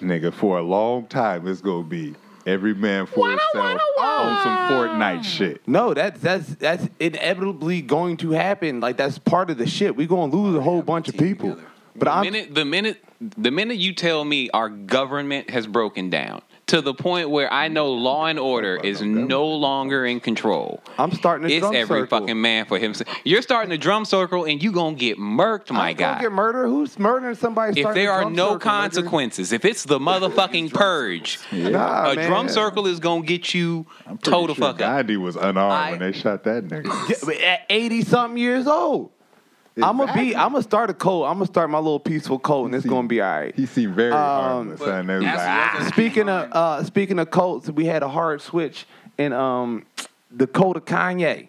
Speaker 3: Nigga, for a long time it's gonna be every man for himself on some Fortnite shit.
Speaker 1: No, that's that's that's inevitably going to happen. Like that's part of the shit. We gonna lose a whole bunch of
Speaker 4: team
Speaker 1: people.
Speaker 4: together.
Speaker 1: But
Speaker 2: the
Speaker 1: I'm
Speaker 2: minute, the minute, the minute you tell me our government has broken down to the point where I know law and order is no longer in control.
Speaker 1: I'm starting to
Speaker 2: It's
Speaker 1: drum
Speaker 2: every
Speaker 1: circle.
Speaker 2: fucking man for himself. You're starting a drum circle and you gonna get murked, my
Speaker 1: I'm gonna
Speaker 2: guy.
Speaker 1: Get murdered? Who's murdering somebody?
Speaker 2: If
Speaker 1: starting a
Speaker 2: there are
Speaker 1: drum
Speaker 2: no
Speaker 1: circle, nigga?
Speaker 2: consequences, if it's the motherfucking purge,
Speaker 1: Nah,
Speaker 2: a
Speaker 1: man.
Speaker 2: drum circle is gonna get you
Speaker 3: I'm pretty
Speaker 2: total
Speaker 3: sure
Speaker 2: fuck up.
Speaker 3: Gandhi was unarmed
Speaker 2: I-
Speaker 3: when they shot that nigga.
Speaker 1: Yeah, but at eighty something years old. I'm gonna be.
Speaker 3: Exactly.
Speaker 1: I'm gonna start a cult. I'm gonna start my little peaceful cult, and it's gonna be all right.
Speaker 3: He seemed very
Speaker 1: Um,
Speaker 3: harmless.
Speaker 4: but
Speaker 3: and it was like,
Speaker 4: that's-
Speaker 3: ah.
Speaker 4: that's-
Speaker 1: Speaking of uh, speaking of cults, we had a hard switch in um, the cult of Kanye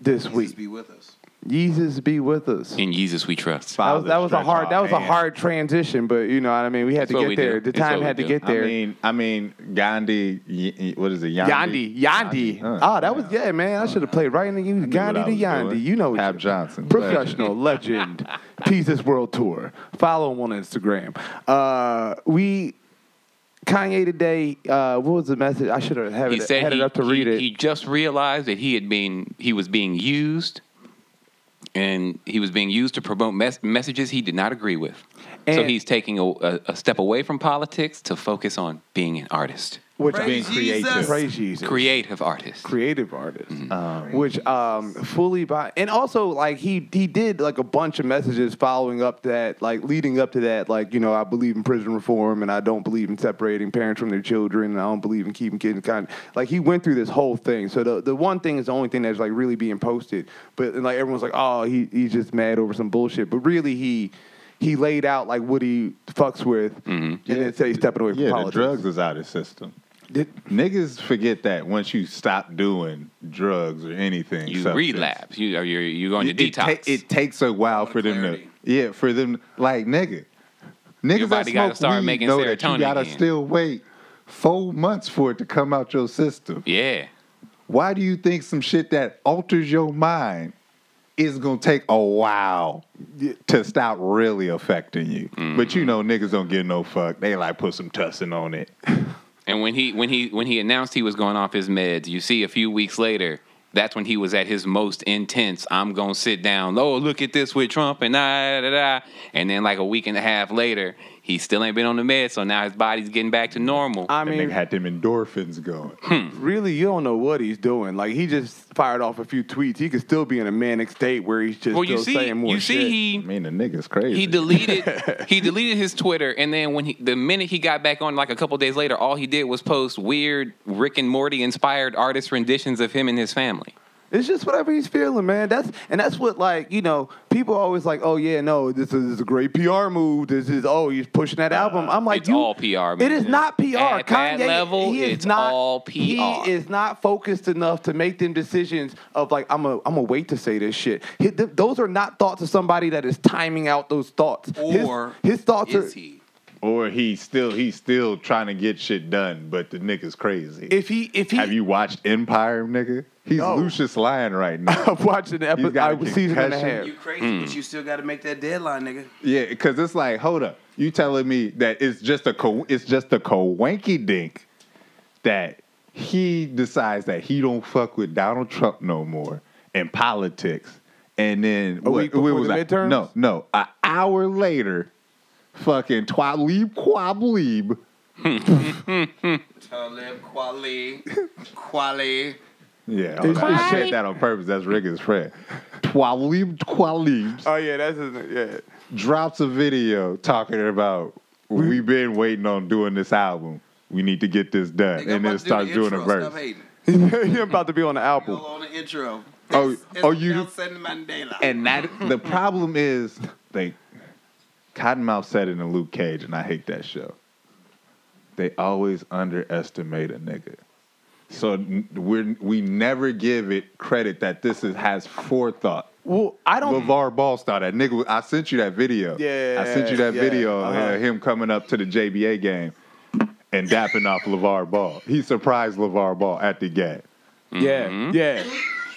Speaker 1: this
Speaker 4: Jesus
Speaker 1: week.
Speaker 4: be with us.
Speaker 1: Jesus be with us.
Speaker 2: In Jesus we trust.
Speaker 1: That was, that was a
Speaker 3: Stretch
Speaker 1: hard
Speaker 3: our
Speaker 1: that was a
Speaker 3: hand.
Speaker 1: hard transition, but you know what I mean. We had
Speaker 2: It's
Speaker 1: to
Speaker 2: what
Speaker 1: get
Speaker 2: we
Speaker 1: there.
Speaker 2: do.
Speaker 1: The
Speaker 2: It's
Speaker 1: time
Speaker 2: what we
Speaker 1: had to
Speaker 2: do.
Speaker 1: get
Speaker 3: I
Speaker 1: there.
Speaker 3: mean, I mean, Gandhi. y- y- What is it?
Speaker 1: Yandi,
Speaker 3: Yandi.
Speaker 1: Yandi.
Speaker 3: Huh.
Speaker 1: Oh, that was yeah, man. I should have played right in the you
Speaker 3: knew what
Speaker 1: Gandhi
Speaker 3: I
Speaker 1: to
Speaker 3: was
Speaker 1: Yandi.
Speaker 3: doing.
Speaker 1: You know what
Speaker 3: Pap
Speaker 1: you-
Speaker 3: Johnson,
Speaker 1: professional legend, Jesus World Tour. Follow him on Instagram. Uh, we Kanye today. Uh, what was the message? I should have had
Speaker 2: He
Speaker 1: it,
Speaker 2: said
Speaker 1: had
Speaker 2: he,
Speaker 1: it up to
Speaker 2: he-
Speaker 1: read it.
Speaker 2: he just realized that he had been he was being used and he was being used to promote mes- messages he did not agree with. so
Speaker 1: And-
Speaker 2: he's taking a, a, a step away from politics to focus on being an artist,
Speaker 1: which
Speaker 3: Being
Speaker 4: Praise
Speaker 3: creative.
Speaker 4: Jesus.
Speaker 1: praise Jesus.
Speaker 2: creative artist.
Speaker 1: creative artist,
Speaker 3: Ah,
Speaker 1: which um, fully by and also like he he did like a bunch of messages following up that like leading up to that like you know I believe in prison reform and I don't believe in separating parents from their children and I don't believe in keeping kids kind like he went through this whole thing. So the the one thing is the only thing that's like really being posted, but and, like everyone's like oh he he's just mad over some bullshit, but really he. He laid out like what he fucks with, and then said he's stepping away from
Speaker 3: Yeah, the
Speaker 1: politics.
Speaker 3: drugs is out of the system.
Speaker 1: Did-
Speaker 3: Niggas forget that once you stop doing drugs or anything,
Speaker 2: You
Speaker 3: substance,
Speaker 2: relapse. You are you're, you're going to
Speaker 3: it, it ta-
Speaker 2: detox.
Speaker 3: it takes a while for them
Speaker 4: clarity.
Speaker 3: to. Yeah, for them like nigga. Niggas
Speaker 2: Your body
Speaker 3: that
Speaker 2: gotta
Speaker 3: smoke
Speaker 2: start
Speaker 3: weed
Speaker 2: making
Speaker 3: know that
Speaker 2: serotonin
Speaker 3: you gotta
Speaker 2: again.
Speaker 3: still wait four months for it to come out your system.
Speaker 2: yeah.
Speaker 3: Why do you think some shit that alters your mind is gonna take a while to stop really affecting you? But
Speaker 1: Mm-hmm.
Speaker 3: you know, niggas don't give no fuck. They like put some tussin on it.
Speaker 2: And when he when he when he announced he was going off his meds, you see a few weeks later, that's when he was at his most intense. I'm gonna sit down. Oh, look at this with Trump and da da da. And then like a week and a half later, he still ain't been on the meds, so now his body's getting back to normal.
Speaker 1: I
Speaker 3: I
Speaker 1: mean,
Speaker 3: nigga had them endorphins going.
Speaker 1: Hmm. really you don't know what he's doing. Like he just fired off a few tweets. He could still be in a manic state where he's just
Speaker 2: well,
Speaker 1: still
Speaker 2: you see,
Speaker 1: saying more
Speaker 2: you see,
Speaker 1: shit.
Speaker 2: he
Speaker 3: I mean, the nigga's crazy.
Speaker 2: He deleted he deleted his Twitter and then when he the minute he got back on like a couple days later, all he did was post weird Rick and Morty inspired artist renditions of him and his family.
Speaker 1: It's just whatever he's feeling, man. That's and that's what like you know people are always like, oh yeah, no, this is, this is a great PR move. This is oh he's pushing that album. I'm like,
Speaker 2: it's
Speaker 1: you,
Speaker 2: all PR,
Speaker 1: It
Speaker 2: man.
Speaker 1: is not PR.
Speaker 2: At that
Speaker 1: Kanye
Speaker 2: level,
Speaker 1: he is
Speaker 2: it's
Speaker 1: not,
Speaker 2: all PR.
Speaker 1: He is not focused enough to make them decisions of like I'm a I'm gonna wait to say this shit. He- th- those are not thoughts of somebody that is timing out those thoughts. His-
Speaker 4: Or
Speaker 1: his, thoughts
Speaker 4: Is
Speaker 1: are
Speaker 4: he?
Speaker 3: Or he's still he's still trying to get shit done, but the nigga's crazy.
Speaker 1: if he if he
Speaker 3: Have you watched Empire, nigga? He's
Speaker 1: No.
Speaker 3: Lucius Lyon right now.
Speaker 1: I'm watching the
Speaker 3: He's
Speaker 1: episode
Speaker 3: got a
Speaker 1: I was season and a
Speaker 3: concussion.
Speaker 1: half.
Speaker 4: You crazy,
Speaker 2: Mm.
Speaker 4: but you still got to make that deadline, nigga.
Speaker 3: yeah, because it's like, hold up, you telling me that it's just a co- it's just a wanky dink that he decides that he don't fuck with Donald Trump no more in politics, and then
Speaker 1: A week before the
Speaker 3: like,
Speaker 1: midterms?
Speaker 3: no, no, an hour later, fucking twab quablib.
Speaker 4: Talib Kweli, Kweli.
Speaker 3: Yeah, hold on. I said that on purpose. That's Rick his friend. Twalib Twalib
Speaker 1: Oh yeah, that's his name. yeah.
Speaker 3: drops a video talking about we've been waiting on doing this album. We need to get this done,
Speaker 4: Nigga,
Speaker 3: and
Speaker 4: I'm about
Speaker 3: then
Speaker 4: to
Speaker 3: starts
Speaker 4: do the
Speaker 3: doing
Speaker 4: intro.
Speaker 3: a
Speaker 4: Stop
Speaker 3: verse.
Speaker 4: hating.
Speaker 1: You're about to be on the
Speaker 4: Go
Speaker 1: album.
Speaker 4: on the intro.
Speaker 3: Oh,
Speaker 4: It's- it's
Speaker 3: oh, you-
Speaker 4: Nelson Mandela.
Speaker 3: And that the problem is, they Cottonmouth said it in Luke Cage, and I hate that show. They always underestimate a nigga. So n- we're, we never give it credit that this is, has forethought.
Speaker 1: Well, I don't.
Speaker 3: LeVar Ball star. That nigga, I sent you that video.
Speaker 1: Yeah,
Speaker 3: I sent you that
Speaker 1: yeah,
Speaker 3: video of
Speaker 1: uh-huh.
Speaker 3: him coming up to the JBA game and dapping off LeVar Ball. He surprised LeVar Ball at the gate.
Speaker 1: Yeah,
Speaker 3: mm-hmm.
Speaker 1: yeah.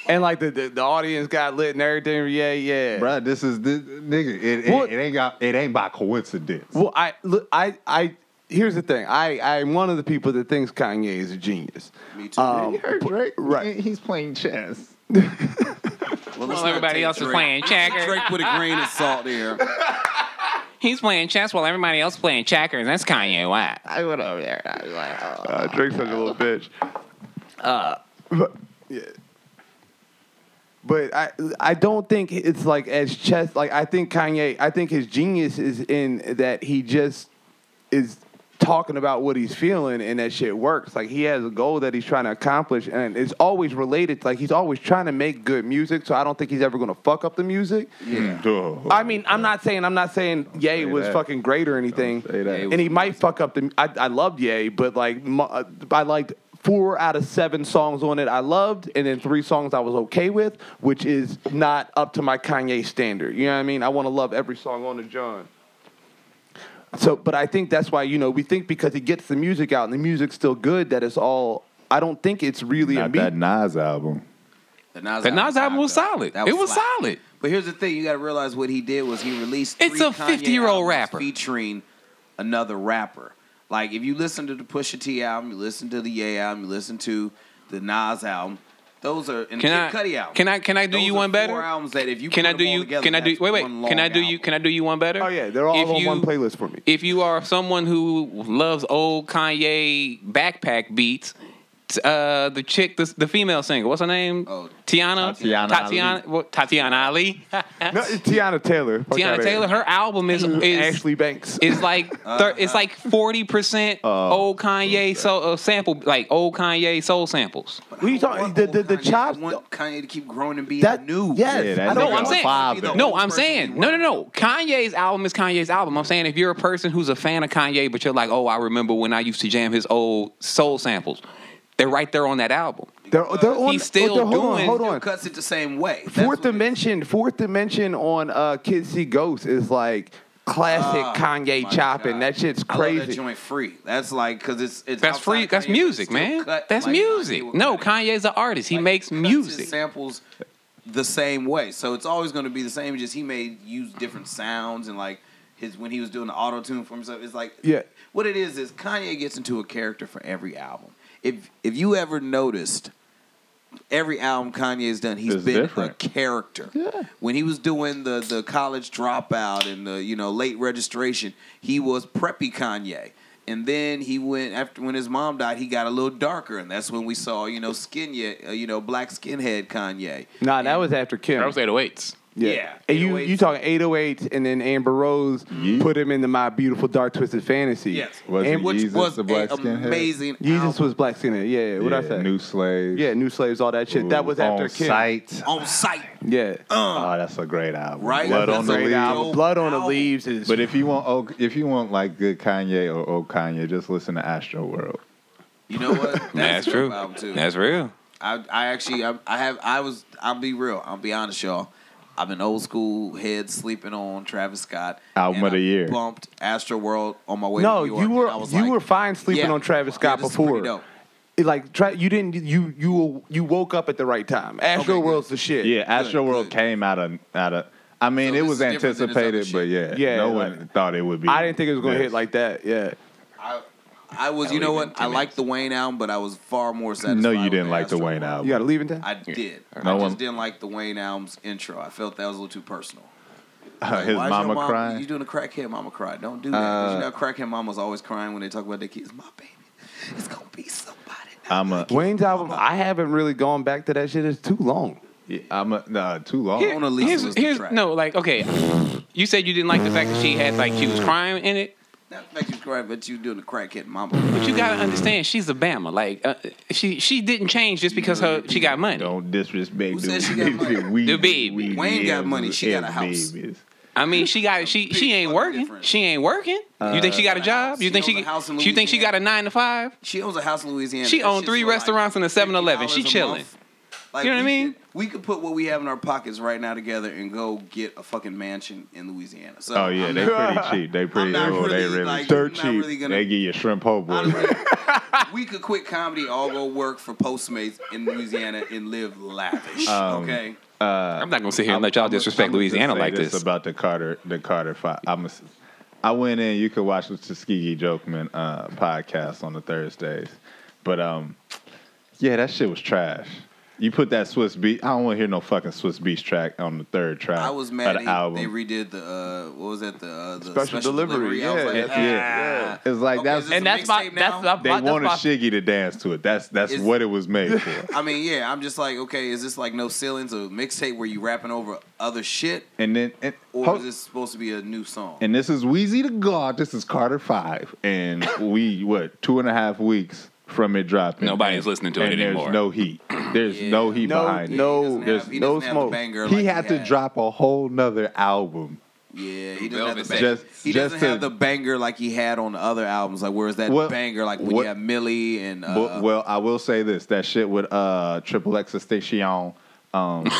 Speaker 1: And like the, the the audience got lit and everything. Yeah, yeah.
Speaker 3: Bruh, this is this nigga. It,
Speaker 1: What?
Speaker 3: it, it ain't got. It ain't by coincidence.
Speaker 1: Well, I look, I I here's the thing. I I'm one of the people that thinks Kanye is a genius.
Speaker 4: Me too.
Speaker 1: Um,
Speaker 3: Drake.
Speaker 1: Right.
Speaker 3: He's playing chess.
Speaker 4: well, let's
Speaker 2: While
Speaker 4: not
Speaker 2: everybody
Speaker 4: take
Speaker 2: else is
Speaker 4: Drake-
Speaker 2: playing checker,
Speaker 4: Drake with a grain of salt there.
Speaker 2: he's playing chess while everybody else playing checkers. That's Kanye West.
Speaker 5: I went over there and I was like, oh.
Speaker 1: Uh, Drake's such a little bitch. Uh, but, yeah. But I I don't think it's like as chess. Like I think Kanye. I think his genius is in that he just is talking about what he's feeling and that shit works. Like he has a goal that he's trying to accomplish and it's always related. Like he's always trying to make good music. So I don't think he's ever gonna fuck up the music.
Speaker 3: Mm.
Speaker 4: Yeah.
Speaker 1: I mean, I'm not saying I'm not saying Ye
Speaker 3: say
Speaker 1: was
Speaker 3: that.
Speaker 1: fucking great or anything,
Speaker 3: say that. Ye
Speaker 1: and
Speaker 2: was
Speaker 1: he might fuck up the. I, I loved Ye, but like mu- uh, I liked four out of seven songs on it I loved, and then three songs I was okay with, which is not up to my Kanye standard. You know what I mean? I want to love every song on the John. So, but I think that's why you know we think because he gets the music out and the music's still good that it's all. I don't think it's really a
Speaker 3: Not
Speaker 1: beat.
Speaker 3: that Nas album.
Speaker 4: The Nas,
Speaker 2: The Nas album was
Speaker 4: fine, though.
Speaker 2: solid.
Speaker 4: That
Speaker 2: it was
Speaker 4: flat.
Speaker 2: solid.
Speaker 4: But here's the thing: you got to realize what he did was he released.
Speaker 2: It's
Speaker 4: three
Speaker 2: a
Speaker 4: Kanye
Speaker 2: 50-year-old
Speaker 4: albums
Speaker 2: rapper.
Speaker 4: featuring another rapper. Like if you listen to the Pusha T album, you listen to the Ye album, you listen to the Nas album. Those are
Speaker 2: Can
Speaker 4: and Kid
Speaker 2: I?
Speaker 4: Cudi album.
Speaker 2: Can I? Can I do
Speaker 4: Those
Speaker 2: you
Speaker 4: are
Speaker 2: one better?
Speaker 4: Four albums that if you
Speaker 2: Can
Speaker 4: put
Speaker 2: I
Speaker 4: them
Speaker 2: do
Speaker 4: all
Speaker 2: you?
Speaker 4: Together,
Speaker 2: Can I do?
Speaker 4: that's
Speaker 2: Wait, wait.
Speaker 4: one
Speaker 2: Can I
Speaker 4: long
Speaker 2: do you?
Speaker 4: album.
Speaker 2: Can I do you one better?
Speaker 1: Oh yeah, they're all
Speaker 2: If
Speaker 1: on
Speaker 2: you-
Speaker 1: one playlist for me.
Speaker 2: If you are someone who loves old Kanye backpack beats, t- uh, the chick, the, the female singer, what's her name?
Speaker 4: Oh,
Speaker 2: Tiana. Tatiana.
Speaker 3: Tatiana
Speaker 2: Ali. Tatiana Ali.
Speaker 1: No, it's Tiana Taylor. Fuck outta
Speaker 2: Tiana
Speaker 1: here.
Speaker 2: Taylor. Her album is is,
Speaker 1: Ashley Banks.
Speaker 2: is like
Speaker 4: Uh,
Speaker 2: thir- it's like forty percent
Speaker 4: Oh.
Speaker 2: old Kanye soul uh, sample, like old Kanye soul samples.
Speaker 4: But
Speaker 1: What are you
Speaker 4: I
Speaker 1: talking-
Speaker 4: want
Speaker 1: the-
Speaker 4: old
Speaker 1: the- the
Speaker 4: Kanye.
Speaker 1: chops-
Speaker 4: I want Kanye to keep growing and being
Speaker 1: That-
Speaker 4: new.
Speaker 1: yes.
Speaker 3: Yeah,
Speaker 1: I
Speaker 3: that
Speaker 1: don't
Speaker 2: No, I'm
Speaker 1: know.
Speaker 2: saying.
Speaker 4: Father.
Speaker 3: Five.
Speaker 2: No,
Speaker 4: Old
Speaker 2: I'm
Speaker 4: person
Speaker 2: saying.
Speaker 4: you
Speaker 2: No, no,
Speaker 4: were.
Speaker 2: no. Kanye's album is Kanye's album. I'm saying if you're a person who's a fan of Kanye, but you're like, oh, I remember when I used to jam his old soul samples. They're right there on that album.
Speaker 1: They're, they're on,
Speaker 2: He's still
Speaker 1: oh, they're- hold
Speaker 2: doing-
Speaker 1: On, hold
Speaker 4: Uh, Still
Speaker 1: on.
Speaker 4: cuts it the same way. That's
Speaker 1: Fourth
Speaker 4: what it-
Speaker 1: dimension. Fourth dimension on uh, Kids See Ghosts is like classic
Speaker 4: Ah,
Speaker 1: Kanye
Speaker 4: my
Speaker 1: chopping.
Speaker 4: God.
Speaker 1: That shit's
Speaker 4: I love
Speaker 1: crazy.
Speaker 4: that joint free. That's like because it's it's
Speaker 2: That's
Speaker 4: outside
Speaker 2: free.
Speaker 4: Kanye,
Speaker 2: That's
Speaker 4: but
Speaker 2: music,
Speaker 4: it's still
Speaker 2: man.
Speaker 4: cut
Speaker 2: That's
Speaker 4: like
Speaker 2: music.
Speaker 4: would
Speaker 2: No,
Speaker 4: cut it.
Speaker 2: Kanye's an artist. He
Speaker 4: Like,
Speaker 2: makes
Speaker 4: he cuts his
Speaker 2: music.
Speaker 4: samples the same way, so it's always going to be the same. Just he may use different sounds and like his when he was doing the auto tune for himself. It's like
Speaker 1: Yeah.
Speaker 4: what it is is Kanye gets into a character for every album. If if you ever noticed. Every album Kanye's done, he's
Speaker 3: It's
Speaker 4: been
Speaker 3: different.
Speaker 4: a character. When he was doing the the college dropout and the you know late registration, he was preppy Kanye. And then he went after when his mom died, he got a little darker, and that's when we saw you know skin uh, you know black skinhead Kanye.
Speaker 1: nah, that was after Kim.
Speaker 2: That was 808s.
Speaker 1: Yeah.
Speaker 4: Yeah,
Speaker 1: And you
Speaker 4: 808s.
Speaker 1: you talking 808 and then Amber Rose
Speaker 3: Ye-
Speaker 1: put him into my beautiful dark twisted fantasy.
Speaker 4: Yes.
Speaker 3: Was it
Speaker 1: and
Speaker 4: which
Speaker 3: Yeezus
Speaker 4: was
Speaker 3: the
Speaker 4: an
Speaker 3: black skinhead?
Speaker 4: amazing.
Speaker 1: Jesus
Speaker 4: album.
Speaker 1: was black skin. Yeah, yeah. What
Speaker 3: yeah,
Speaker 1: I say?
Speaker 3: New Slaves.
Speaker 1: yeah, new slaves, all that shit. that was
Speaker 3: Ooh,
Speaker 1: after
Speaker 3: on
Speaker 1: Kim.
Speaker 3: sight.
Speaker 4: on site.
Speaker 1: Yeah.
Speaker 3: Oh, that's a great album.
Speaker 4: Right?
Speaker 3: Blood
Speaker 4: Um, That's
Speaker 3: on
Speaker 4: a
Speaker 3: the
Speaker 4: great
Speaker 3: Leaves.
Speaker 4: album.
Speaker 1: Blood on the
Speaker 4: Album.
Speaker 1: leaves is.
Speaker 3: But if you want, old, if you want like good Kanye or old Kanye, just listen to Astro World.
Speaker 4: You know what? That's,
Speaker 2: That's
Speaker 4: a dope
Speaker 2: true.
Speaker 4: Album too.
Speaker 2: That's real.
Speaker 4: I, I actually, I, I have, I was, I'll be real. I'll be honest, y'all. I've been old school head sleeping on Travis Scott.
Speaker 3: Album
Speaker 4: and
Speaker 3: of the
Speaker 4: I
Speaker 3: year.
Speaker 4: Bumped Astro World on my way.
Speaker 1: no,
Speaker 4: to New York,
Speaker 1: you were
Speaker 4: and I was
Speaker 1: you
Speaker 4: like,
Speaker 1: were fine sleeping
Speaker 4: yeah,
Speaker 1: on Travis
Speaker 4: yeah,
Speaker 1: Scott
Speaker 4: this is pretty
Speaker 1: before.
Speaker 4: dope.
Speaker 1: It, like tra- you didn't you you were- you woke up at the right time. Astro
Speaker 4: Okay, good.
Speaker 1: World's the shit.
Speaker 3: Yeah, Astro World
Speaker 4: good.
Speaker 3: came out of out of. I mean,
Speaker 4: So
Speaker 3: it
Speaker 4: this
Speaker 3: was
Speaker 4: is different than his other
Speaker 3: anticipated, but yeah,
Speaker 1: Yeah,
Speaker 3: no
Speaker 1: like-
Speaker 3: one thought it would be.
Speaker 1: I didn't think it was gonna
Speaker 3: this.
Speaker 1: hit like that. Yeah.
Speaker 4: I, I was, you know what? I liked the Wayne album, but I was far more satisfied.
Speaker 3: No, you
Speaker 4: with
Speaker 3: didn't like the
Speaker 4: Astro
Speaker 3: Wayne
Speaker 4: World.
Speaker 3: album.
Speaker 1: You gotta leave in time.
Speaker 4: I did.
Speaker 3: No
Speaker 4: I just
Speaker 3: one-
Speaker 4: didn't like the Wayne album's intro. I felt that was a little too personal. Like,
Speaker 3: Uh, His
Speaker 4: why is your
Speaker 3: mama Uh,
Speaker 4: mom-
Speaker 3: crying.
Speaker 4: You doing a crackhead mama cry? Don't do that. 'Cause you know, crackhead mamas always crying when they talk about their kids. My baby, it's gonna be somebody.
Speaker 3: I'm a.
Speaker 1: Wayne's album. I haven't really gone back to that shit. It's too long.
Speaker 3: yeah, I'm a. Nah, too long.
Speaker 4: Here- Mona Lisa
Speaker 2: here's,
Speaker 4: was the
Speaker 2: here's-
Speaker 4: track.
Speaker 2: no, like okay, you said you didn't like the fact that she had like she was crying in it,
Speaker 4: Not make you cry, but you doing a crackhead mama.
Speaker 2: but you gotta understand she's a Bama. Like uh, she she didn't change just because her she got money.
Speaker 3: Don't disrespect.
Speaker 4: Who said she got money?
Speaker 3: we,
Speaker 2: The baby.
Speaker 4: Wayne got
Speaker 3: is-
Speaker 4: money, she got a
Speaker 3: is
Speaker 4: house.
Speaker 3: babies.
Speaker 2: I mean, she got she she ain't
Speaker 4: fucking
Speaker 2: working.
Speaker 4: difference.
Speaker 2: She ain't working. you think she got a job? You
Speaker 4: She
Speaker 2: think
Speaker 4: owns
Speaker 2: she
Speaker 4: a house in
Speaker 2: you think she got a nine to five?
Speaker 4: She owns a house in Louisiana.
Speaker 2: She
Speaker 4: That
Speaker 2: owned
Speaker 4: shit's
Speaker 2: three
Speaker 4: like
Speaker 2: restaurants and a 7-Eleven. She
Speaker 4: $50 a
Speaker 2: chilling.
Speaker 4: month. Like,
Speaker 2: You know what I
Speaker 4: we
Speaker 2: mean?
Speaker 4: could- we could put what we have in our pockets right now together and go get a fucking mansion in Louisiana. So
Speaker 3: Oh yeah, they pretty cheap. They pretty.
Speaker 4: not
Speaker 3: Oh, they
Speaker 4: really,
Speaker 3: really
Speaker 4: like,
Speaker 3: dirt
Speaker 4: I'm not
Speaker 3: cheap.
Speaker 4: really gonna-
Speaker 3: They give you shrimp po' boy.
Speaker 4: Honestly, we could quit comedy, all go work for Postmates in Louisiana and live lavish.
Speaker 3: Um,
Speaker 4: okay.
Speaker 2: I'm not gonna sit here and let y'all
Speaker 3: I'ma-
Speaker 2: disrespect
Speaker 3: I'ma just
Speaker 2: Louisiana
Speaker 3: say
Speaker 2: like this.
Speaker 3: about the Carter the Carter five. I'm a, I went in. You could watch the Tuskegee Jokeman uh, podcast on the Thursdays, but um, yeah, that shit was trash. You put that Swiss beat. I don't want to hear no fucking Swiss Beats track on the third track.
Speaker 4: I was
Speaker 3: of
Speaker 4: mad
Speaker 3: the
Speaker 4: they,
Speaker 3: album.
Speaker 4: they redid the uh, what was that the, uh, the
Speaker 1: Special delivery,
Speaker 4: I was
Speaker 1: yeah.
Speaker 4: like, ah.
Speaker 3: yeah, yeah. It's like
Speaker 4: Okay,
Speaker 3: that's
Speaker 4: is this-
Speaker 6: and that's my
Speaker 4: mixtape
Speaker 6: that's
Speaker 4: now?
Speaker 6: my,
Speaker 3: they
Speaker 6: that's
Speaker 3: wanted
Speaker 6: my,
Speaker 3: Shiggy to dance to it. That's that's
Speaker 4: It's-
Speaker 3: what it was made for.
Speaker 4: ah. I mean, yeah, I'm just like, okay, is this like no ceilings a mixtape where you rapping over other shit,
Speaker 3: And then and,
Speaker 4: or
Speaker 3: ho-
Speaker 4: is this supposed to be a new song?
Speaker 3: and this is Wheezy to God. This is Carter Five, and we what two and a half weeks from it dropping.
Speaker 2: Nobody's listening to it
Speaker 3: and
Speaker 2: anymore.
Speaker 3: There's no heat. There's
Speaker 4: Yeah.
Speaker 3: no heat
Speaker 1: No,
Speaker 3: behind
Speaker 1: no.
Speaker 4: he doesn't
Speaker 1: there's
Speaker 4: have, he
Speaker 1: no
Speaker 4: doesn't have
Speaker 1: smoke.
Speaker 4: The banger
Speaker 3: it.
Speaker 4: like
Speaker 3: He had to
Speaker 4: had.
Speaker 3: drop a whole nother album.
Speaker 4: Yeah, he doesn't have
Speaker 2: Velvet
Speaker 4: the banger.
Speaker 3: Just-
Speaker 4: he
Speaker 3: just
Speaker 4: doesn't
Speaker 3: to-
Speaker 4: have the banger like he had on the other albums. Like, where is that
Speaker 3: Well,
Speaker 4: banger? Like when
Speaker 3: what-
Speaker 4: you have Millie and uh,
Speaker 3: but, well, I will say this: that shit with uh Triple X Station, um,
Speaker 4: Don't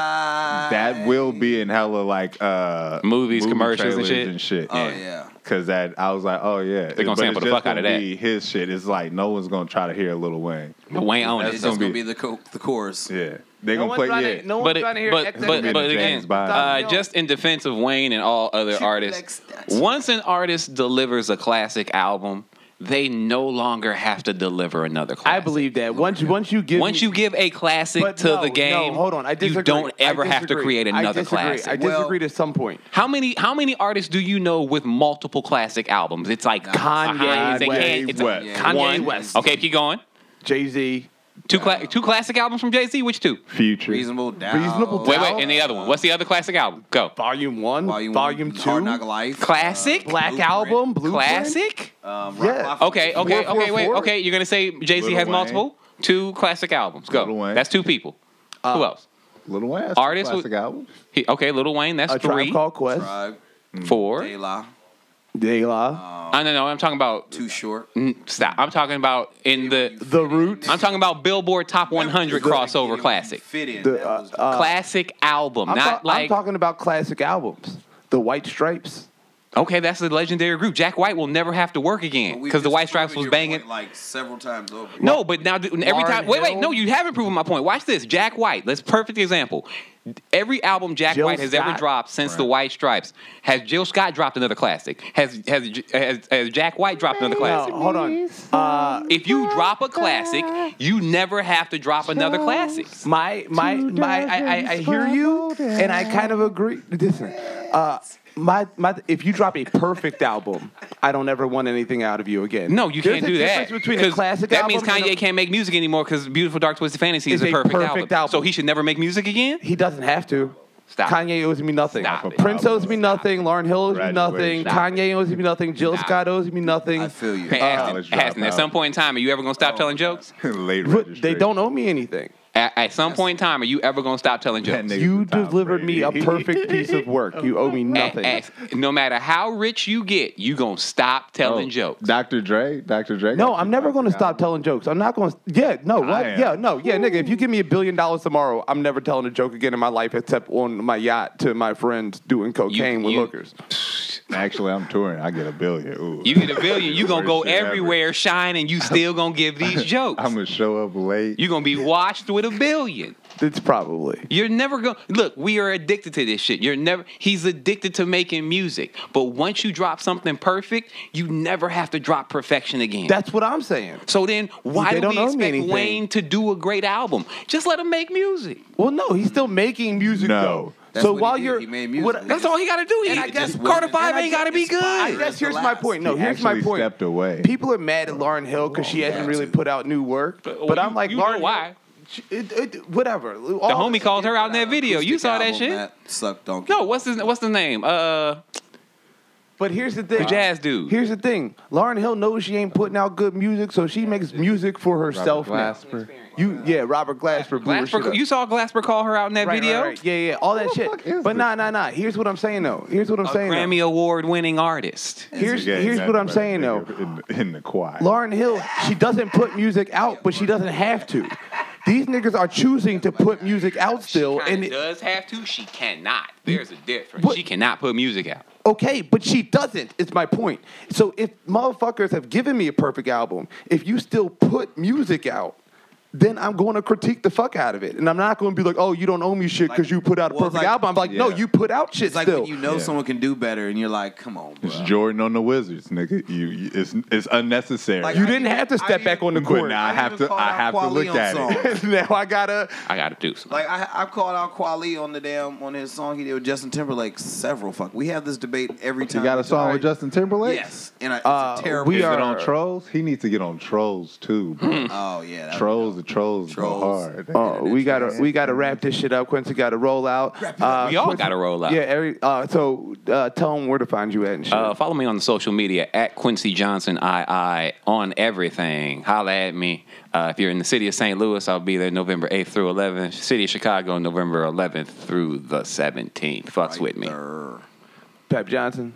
Speaker 4: Cry.
Speaker 3: that will be in hella like uh
Speaker 2: Movies,
Speaker 3: movie
Speaker 2: commercials and
Speaker 3: trailers
Speaker 2: shit.
Speaker 3: and shit.
Speaker 4: Oh yeah.
Speaker 3: Cause that I was like, oh yeah,
Speaker 2: They gonna
Speaker 3: But
Speaker 2: sample
Speaker 3: it's
Speaker 2: the
Speaker 3: just
Speaker 2: fuck outta
Speaker 3: gonna
Speaker 2: that.
Speaker 3: be His shit. It's like no one's gonna try to hear Little Wayne.
Speaker 2: But Wayne owned
Speaker 4: It's
Speaker 2: it.
Speaker 3: gonna
Speaker 4: just gonna
Speaker 3: be-
Speaker 4: be the co- the chorus.
Speaker 3: Yeah,
Speaker 1: No
Speaker 3: they gonna
Speaker 1: one's
Speaker 3: play.
Speaker 1: trying
Speaker 3: Yeah,
Speaker 1: to- no one's
Speaker 2: But,
Speaker 1: trying to
Speaker 2: it,
Speaker 1: hear
Speaker 2: but,
Speaker 1: XX
Speaker 2: but,
Speaker 3: Bieber
Speaker 2: but
Speaker 3: and
Speaker 2: again,
Speaker 3: James Bond.
Speaker 2: uh,
Speaker 1: Yo.
Speaker 2: just in defense of Wayne and all other
Speaker 4: Triple
Speaker 2: artists,
Speaker 4: X, that's-
Speaker 2: once an artist delivers a classic album, they no longer have to deliver another
Speaker 1: I
Speaker 2: classic.
Speaker 1: believe that once once you give
Speaker 2: Once you give a classic
Speaker 1: But
Speaker 2: to
Speaker 1: no,
Speaker 2: the
Speaker 1: no,
Speaker 2: game,
Speaker 1: hold on. I disagree.
Speaker 2: you don't
Speaker 1: I
Speaker 2: ever have to
Speaker 1: disagree.
Speaker 2: create
Speaker 1: I
Speaker 2: another
Speaker 1: disagree.
Speaker 2: classic.
Speaker 1: I
Speaker 4: Well-
Speaker 1: disagreed at some point.
Speaker 2: How many how many artists do you know with multiple classic albums? It's like
Speaker 1: Kanye
Speaker 2: behind- it's a hand- it's a-
Speaker 3: West.
Speaker 4: Kanye
Speaker 2: one-
Speaker 1: West.
Speaker 2: Okay, keep going.
Speaker 1: Jay Z,
Speaker 2: Two cla- two classic albums from Jay Z. Which two?
Speaker 3: Future.
Speaker 4: Reasonable doubt.
Speaker 1: Reasonable
Speaker 2: Wait,
Speaker 1: Wow.
Speaker 2: wait, and the other one. What's the other classic album? Go.
Speaker 1: Volume One, Volume,
Speaker 4: Volume
Speaker 1: Two,
Speaker 4: Hard Knock Life.
Speaker 2: Classic,
Speaker 4: uh,
Speaker 1: Black
Speaker 4: Blueprint,
Speaker 1: Album, Blueprint.
Speaker 2: Classic.
Speaker 4: Um,
Speaker 1: Yeah.
Speaker 4: Rock Life.
Speaker 2: Okay, okay,
Speaker 1: four,
Speaker 2: okay. Wait,
Speaker 1: four.
Speaker 2: okay. You're gonna say Jay Z
Speaker 3: Lil
Speaker 2: has
Speaker 3: Wayne.
Speaker 2: multiple two classic albums.
Speaker 3: Lil
Speaker 2: Go.
Speaker 3: Wayne.
Speaker 2: That's two people. Who
Speaker 1: Uh,
Speaker 2: else?
Speaker 3: Little Wayne. that's
Speaker 2: Artist
Speaker 3: a classic
Speaker 2: with-
Speaker 3: album.
Speaker 2: He, okay, Little Wayne. That's
Speaker 1: A Tribe
Speaker 2: three,
Speaker 1: Called Quest,
Speaker 4: Tribe,
Speaker 3: Mm.
Speaker 2: four.
Speaker 4: De La,
Speaker 1: De La,
Speaker 2: I don't know. I'm talking about.
Speaker 4: Too Short.
Speaker 2: Mm, Stop. I'm talking about in the.
Speaker 1: The Roots.
Speaker 2: I'm talking about Billboard Top 100 crossover classic.
Speaker 4: Fit in.
Speaker 1: The,
Speaker 4: that
Speaker 1: uh,
Speaker 4: was
Speaker 1: uh,
Speaker 2: classic album,
Speaker 1: I'm,
Speaker 2: not
Speaker 1: ta- I'm
Speaker 2: like
Speaker 1: talking about classic albums. The White Stripes.
Speaker 2: okay, that's a legendary group. Jack White will never have to work again
Speaker 4: But we've
Speaker 2: because the
Speaker 4: just
Speaker 2: White Stripes
Speaker 4: proven
Speaker 2: was
Speaker 4: your
Speaker 2: banging.
Speaker 4: point, like several times over.
Speaker 2: No, but now do- every
Speaker 1: Lauryn
Speaker 2: time. Wait, wait.
Speaker 1: Hill?
Speaker 2: No, you haven't proven my point. Watch this. Jack White. That's a perfect example. Every album Jack
Speaker 1: Jill
Speaker 2: White has ever
Speaker 1: Scott.
Speaker 2: dropped since the White Stripes has Jill Scott dropped another classic. Has has has, has Jack White dropped another
Speaker 1: Now,
Speaker 2: classic?
Speaker 1: hold on. Uh,
Speaker 2: If you drop a classic, you never have to drop another classic.
Speaker 1: my my my I, I, I hear you and I kind of agree. Listen, uh, my my if you drop a perfect album, I don't ever want anything out of you again.
Speaker 2: No, you
Speaker 1: There's
Speaker 2: can't
Speaker 1: a
Speaker 2: do that.
Speaker 1: difference Between a
Speaker 2: 'Cause
Speaker 1: classic
Speaker 2: that
Speaker 1: album
Speaker 2: means Kanye
Speaker 1: and a-
Speaker 2: can't make music anymore because "Beautiful Dark Twisted Fantasy" is
Speaker 1: It's
Speaker 2: a
Speaker 1: a
Speaker 2: perfect,
Speaker 1: perfect
Speaker 2: album.
Speaker 1: album.
Speaker 2: so he should never make music again.
Speaker 1: He doesn't have to.
Speaker 2: Stop.
Speaker 1: Kanye owes me nothing.
Speaker 2: Stop it.
Speaker 1: Prince owes me nothing. Lauren Hill owes me
Speaker 3: Graduation.
Speaker 1: nothing.
Speaker 2: Stop
Speaker 1: Kanye owes me nothing. Jill
Speaker 2: Stop.
Speaker 1: Scott owes me nothing.
Speaker 4: I feel you.
Speaker 2: Hey,
Speaker 3: College
Speaker 2: Aston, Aston, at
Speaker 3: dropout.
Speaker 2: some point in time, are you ever going to stop telling jokes?
Speaker 3: Late
Speaker 1: But they
Speaker 3: registration.
Speaker 1: don't owe me anything.
Speaker 2: At, at some point in time, are you ever going to stop telling
Speaker 3: That
Speaker 2: jokes?
Speaker 3: nigga's
Speaker 1: You
Speaker 3: a top
Speaker 1: delivered me a
Speaker 3: rated.
Speaker 1: perfect piece of work. You owe me
Speaker 2: A-
Speaker 1: nothing.
Speaker 2: ask- no matter how rich you get, you going to stop telling
Speaker 3: Oh,
Speaker 2: jokes.
Speaker 3: Dr. Dre, Dr. Dre.
Speaker 1: No,
Speaker 3: got
Speaker 1: I'm
Speaker 3: you
Speaker 1: never
Speaker 3: top
Speaker 1: going to stop
Speaker 3: album.
Speaker 1: telling jokes. I'm not going to. Yeah, no,
Speaker 3: I
Speaker 1: what?
Speaker 3: am.
Speaker 1: Yeah, no, yeah, nigga. If you give me a billion dollars tomorrow, I'm never telling a joke again in my life except on my yacht to my friends doing cocaine with
Speaker 2: you-
Speaker 1: hookers.
Speaker 3: Actually, I'm touring. I get a billion. Ooh.
Speaker 2: You get a billion, you going to go
Speaker 3: Worst shit ever.
Speaker 2: everywhere, shine, and you still going to give these jokes.
Speaker 3: I'm gonna show up late.
Speaker 2: You're going to be watched with a billion.
Speaker 1: It's probably.
Speaker 2: You're never going to look, we are addicted to this shit. You're never, he's addicted to making music. But once you drop something perfect, you never have to drop perfection again.
Speaker 1: That's what I'm saying.
Speaker 2: so then, why
Speaker 1: They
Speaker 2: do
Speaker 1: don't
Speaker 2: we
Speaker 1: owe me
Speaker 2: expect
Speaker 1: anything.
Speaker 2: Wayne to do a great album? Just let him make music.
Speaker 1: Well, no, he's still making music
Speaker 3: No.
Speaker 1: though.
Speaker 4: That's
Speaker 1: so
Speaker 4: what he
Speaker 1: while
Speaker 4: did.
Speaker 1: you're
Speaker 4: He made music.
Speaker 1: what-
Speaker 2: That's all he got to do. He,
Speaker 4: And I guess-
Speaker 2: Carter Five
Speaker 1: and I
Speaker 2: ain't got to be
Speaker 4: guess- I
Speaker 1: I
Speaker 2: good.
Speaker 4: guess-
Speaker 1: guess here's my point. No,
Speaker 3: He
Speaker 1: here's my
Speaker 3: actually
Speaker 1: point.
Speaker 3: stepped away.
Speaker 1: People are mad at Lauren Hill because she hasn't
Speaker 4: yeah,
Speaker 1: really
Speaker 4: too.
Speaker 1: put out new work. But,
Speaker 2: well,
Speaker 1: I'm
Speaker 2: you-
Speaker 1: like,
Speaker 2: you know
Speaker 1: Lauren,
Speaker 2: why.
Speaker 1: It, it, whatever. The
Speaker 2: The homie called her out in that video. You saw that shit?
Speaker 4: Sucked on.
Speaker 2: No, what's his what's the name? Uh,
Speaker 1: But here's the
Speaker 2: the
Speaker 1: thing.
Speaker 2: jazz dude.
Speaker 1: Here's the thing. Lauren Hill knows she ain't putting out good music, so she makes music for herself now.
Speaker 3: Glasper.
Speaker 1: You, yeah, Robert Glasper. blew her shit
Speaker 2: Glasper,
Speaker 1: up.
Speaker 2: you saw Glasper call her out in that
Speaker 1: Right, right,
Speaker 2: video.
Speaker 1: right. Yeah, yeah, all that
Speaker 3: Who the
Speaker 1: shit.
Speaker 3: fuck is
Speaker 1: But
Speaker 3: this?
Speaker 1: nah, nah, nah. Here's what I'm saying though. Here's what I'm
Speaker 2: A
Speaker 1: saying. though.
Speaker 2: Grammy award winning artist.
Speaker 1: Here's
Speaker 3: Yeah,
Speaker 1: here's
Speaker 3: exactly
Speaker 1: what I'm
Speaker 3: right.
Speaker 1: saying though.
Speaker 3: Nigga In, the- in the choir.
Speaker 1: Lauren Hill, she doesn't put music out, but she doesn't have to. These niggas are choosing to put music out still,
Speaker 2: Kinda
Speaker 1: and it-
Speaker 2: does have to. She cannot. There's a difference.
Speaker 1: What-
Speaker 2: She cannot put music out.
Speaker 1: okay, but she doesn't. It's my point. So if motherfuckers have given me a perfect album, if you still put music out. Then I'm going to critique the fuck out of it, and I'm not going to be like, "Oh, you don't owe me shit because
Speaker 4: Like-
Speaker 1: you put out a
Speaker 4: well,
Speaker 1: perfect
Speaker 4: like-
Speaker 1: album." I'm like, "No,
Speaker 3: yeah.
Speaker 1: you put out shit
Speaker 4: It's like
Speaker 1: still."
Speaker 4: when you know
Speaker 3: Yeah.
Speaker 4: someone can do better, and you're like, "Come on, bro."
Speaker 3: It's Jordan on the Wizards, nigga. You, you it's it's unnecessary.
Speaker 4: Like,
Speaker 1: You
Speaker 4: I
Speaker 1: didn't
Speaker 4: even-
Speaker 1: have to
Speaker 4: I
Speaker 1: step
Speaker 4: even-
Speaker 1: back on the
Speaker 3: But
Speaker 1: court.
Speaker 3: now I have
Speaker 4: even
Speaker 3: to
Speaker 4: called
Speaker 3: I
Speaker 4: out
Speaker 3: have to
Speaker 4: Kweli
Speaker 3: look
Speaker 4: on
Speaker 3: at
Speaker 4: song.
Speaker 3: it.
Speaker 1: now I gotta.
Speaker 2: I got to do something.
Speaker 4: Like I, I called out Kweli on the damn on his song he did with Justin Timberlake several fuck. We have this debate every time.
Speaker 3: You got
Speaker 4: we
Speaker 3: a song
Speaker 4: talk.
Speaker 3: with Justin Timberlake?
Speaker 4: Yes, and I, it's
Speaker 1: Uh,
Speaker 4: a terrible.
Speaker 1: we
Speaker 3: Is
Speaker 1: are-
Speaker 3: it on trolls? He needs to get on trolls too. bro.
Speaker 4: Oh yeah, that-
Speaker 3: Trolls, the trolls, go
Speaker 4: Trolls.
Speaker 3: hard.
Speaker 1: Oh, we gotta we gotta wrap this shit up. Quincy gotta roll out. Uh,
Speaker 2: We all
Speaker 1: Quincy-
Speaker 2: gotta roll out.
Speaker 1: Yeah. Every, uh, so uh, tell them where to find you at and shit.
Speaker 2: Uh, follow me on the social media at Quincy Johnson II on everything. Holla at me. Uh, if you're in the city of St. Louis, I'll be there November 8th through 11th. City of Chicago, November 11th through the 17th. Fucks with me.
Speaker 4: There.
Speaker 1: Pep Johnson.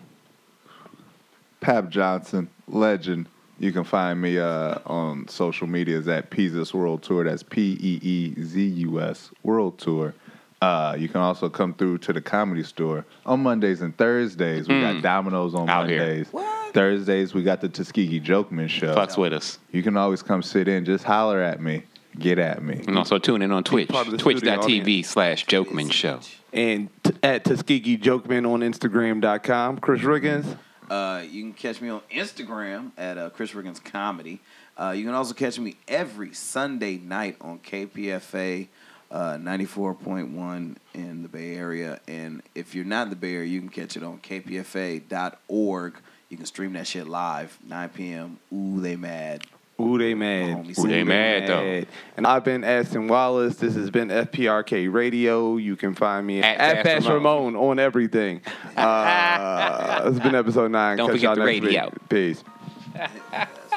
Speaker 3: Pap Johnson, legend. You can find me uh, on social medias at Peezus World Tour. That's P E E Z U S World Tour. Uh, you can also come through to the comedy store on Mondays and Thursdays. We got Domino's on
Speaker 2: Mm. Out here.
Speaker 3: Mondays. Thursdays, we got the Tuskegee Jokeman show.
Speaker 2: Fucks with us.
Speaker 3: You can always come sit in. Just holler at me. Get at me.
Speaker 2: And also tune in on Twitch.
Speaker 1: part of the studio
Speaker 2: Twitch.tv slash Jokeman Show.
Speaker 1: And t- at Tuskegee Jokeman on Instagram.com. Chris Riggins.
Speaker 4: Uh, you can catch me on Instagram at uh, Chris Riggins Comedy. Uh, you can also catch me every Sunday night on KPFA uh, 94.1 in the Bay Area. And if you're not in the Bay Area, you can catch it on kpfa.org. You can stream that shit live, 9 p.m. Ooh, they mad.
Speaker 1: Ooh, they mad.
Speaker 4: Homies. Ooh, they
Speaker 2: mad, though.
Speaker 1: And I've been Aston Wallace. This has been FPRK Radio. You can find me at,
Speaker 2: At
Speaker 1: at
Speaker 2: Fast
Speaker 1: Fast Ramon. on everything. Uh, it's been episode nine.
Speaker 2: Don't
Speaker 1: Catch y'all
Speaker 2: forget the
Speaker 1: next week.
Speaker 2: radio.
Speaker 1: Peace.
Speaker 4: Yes.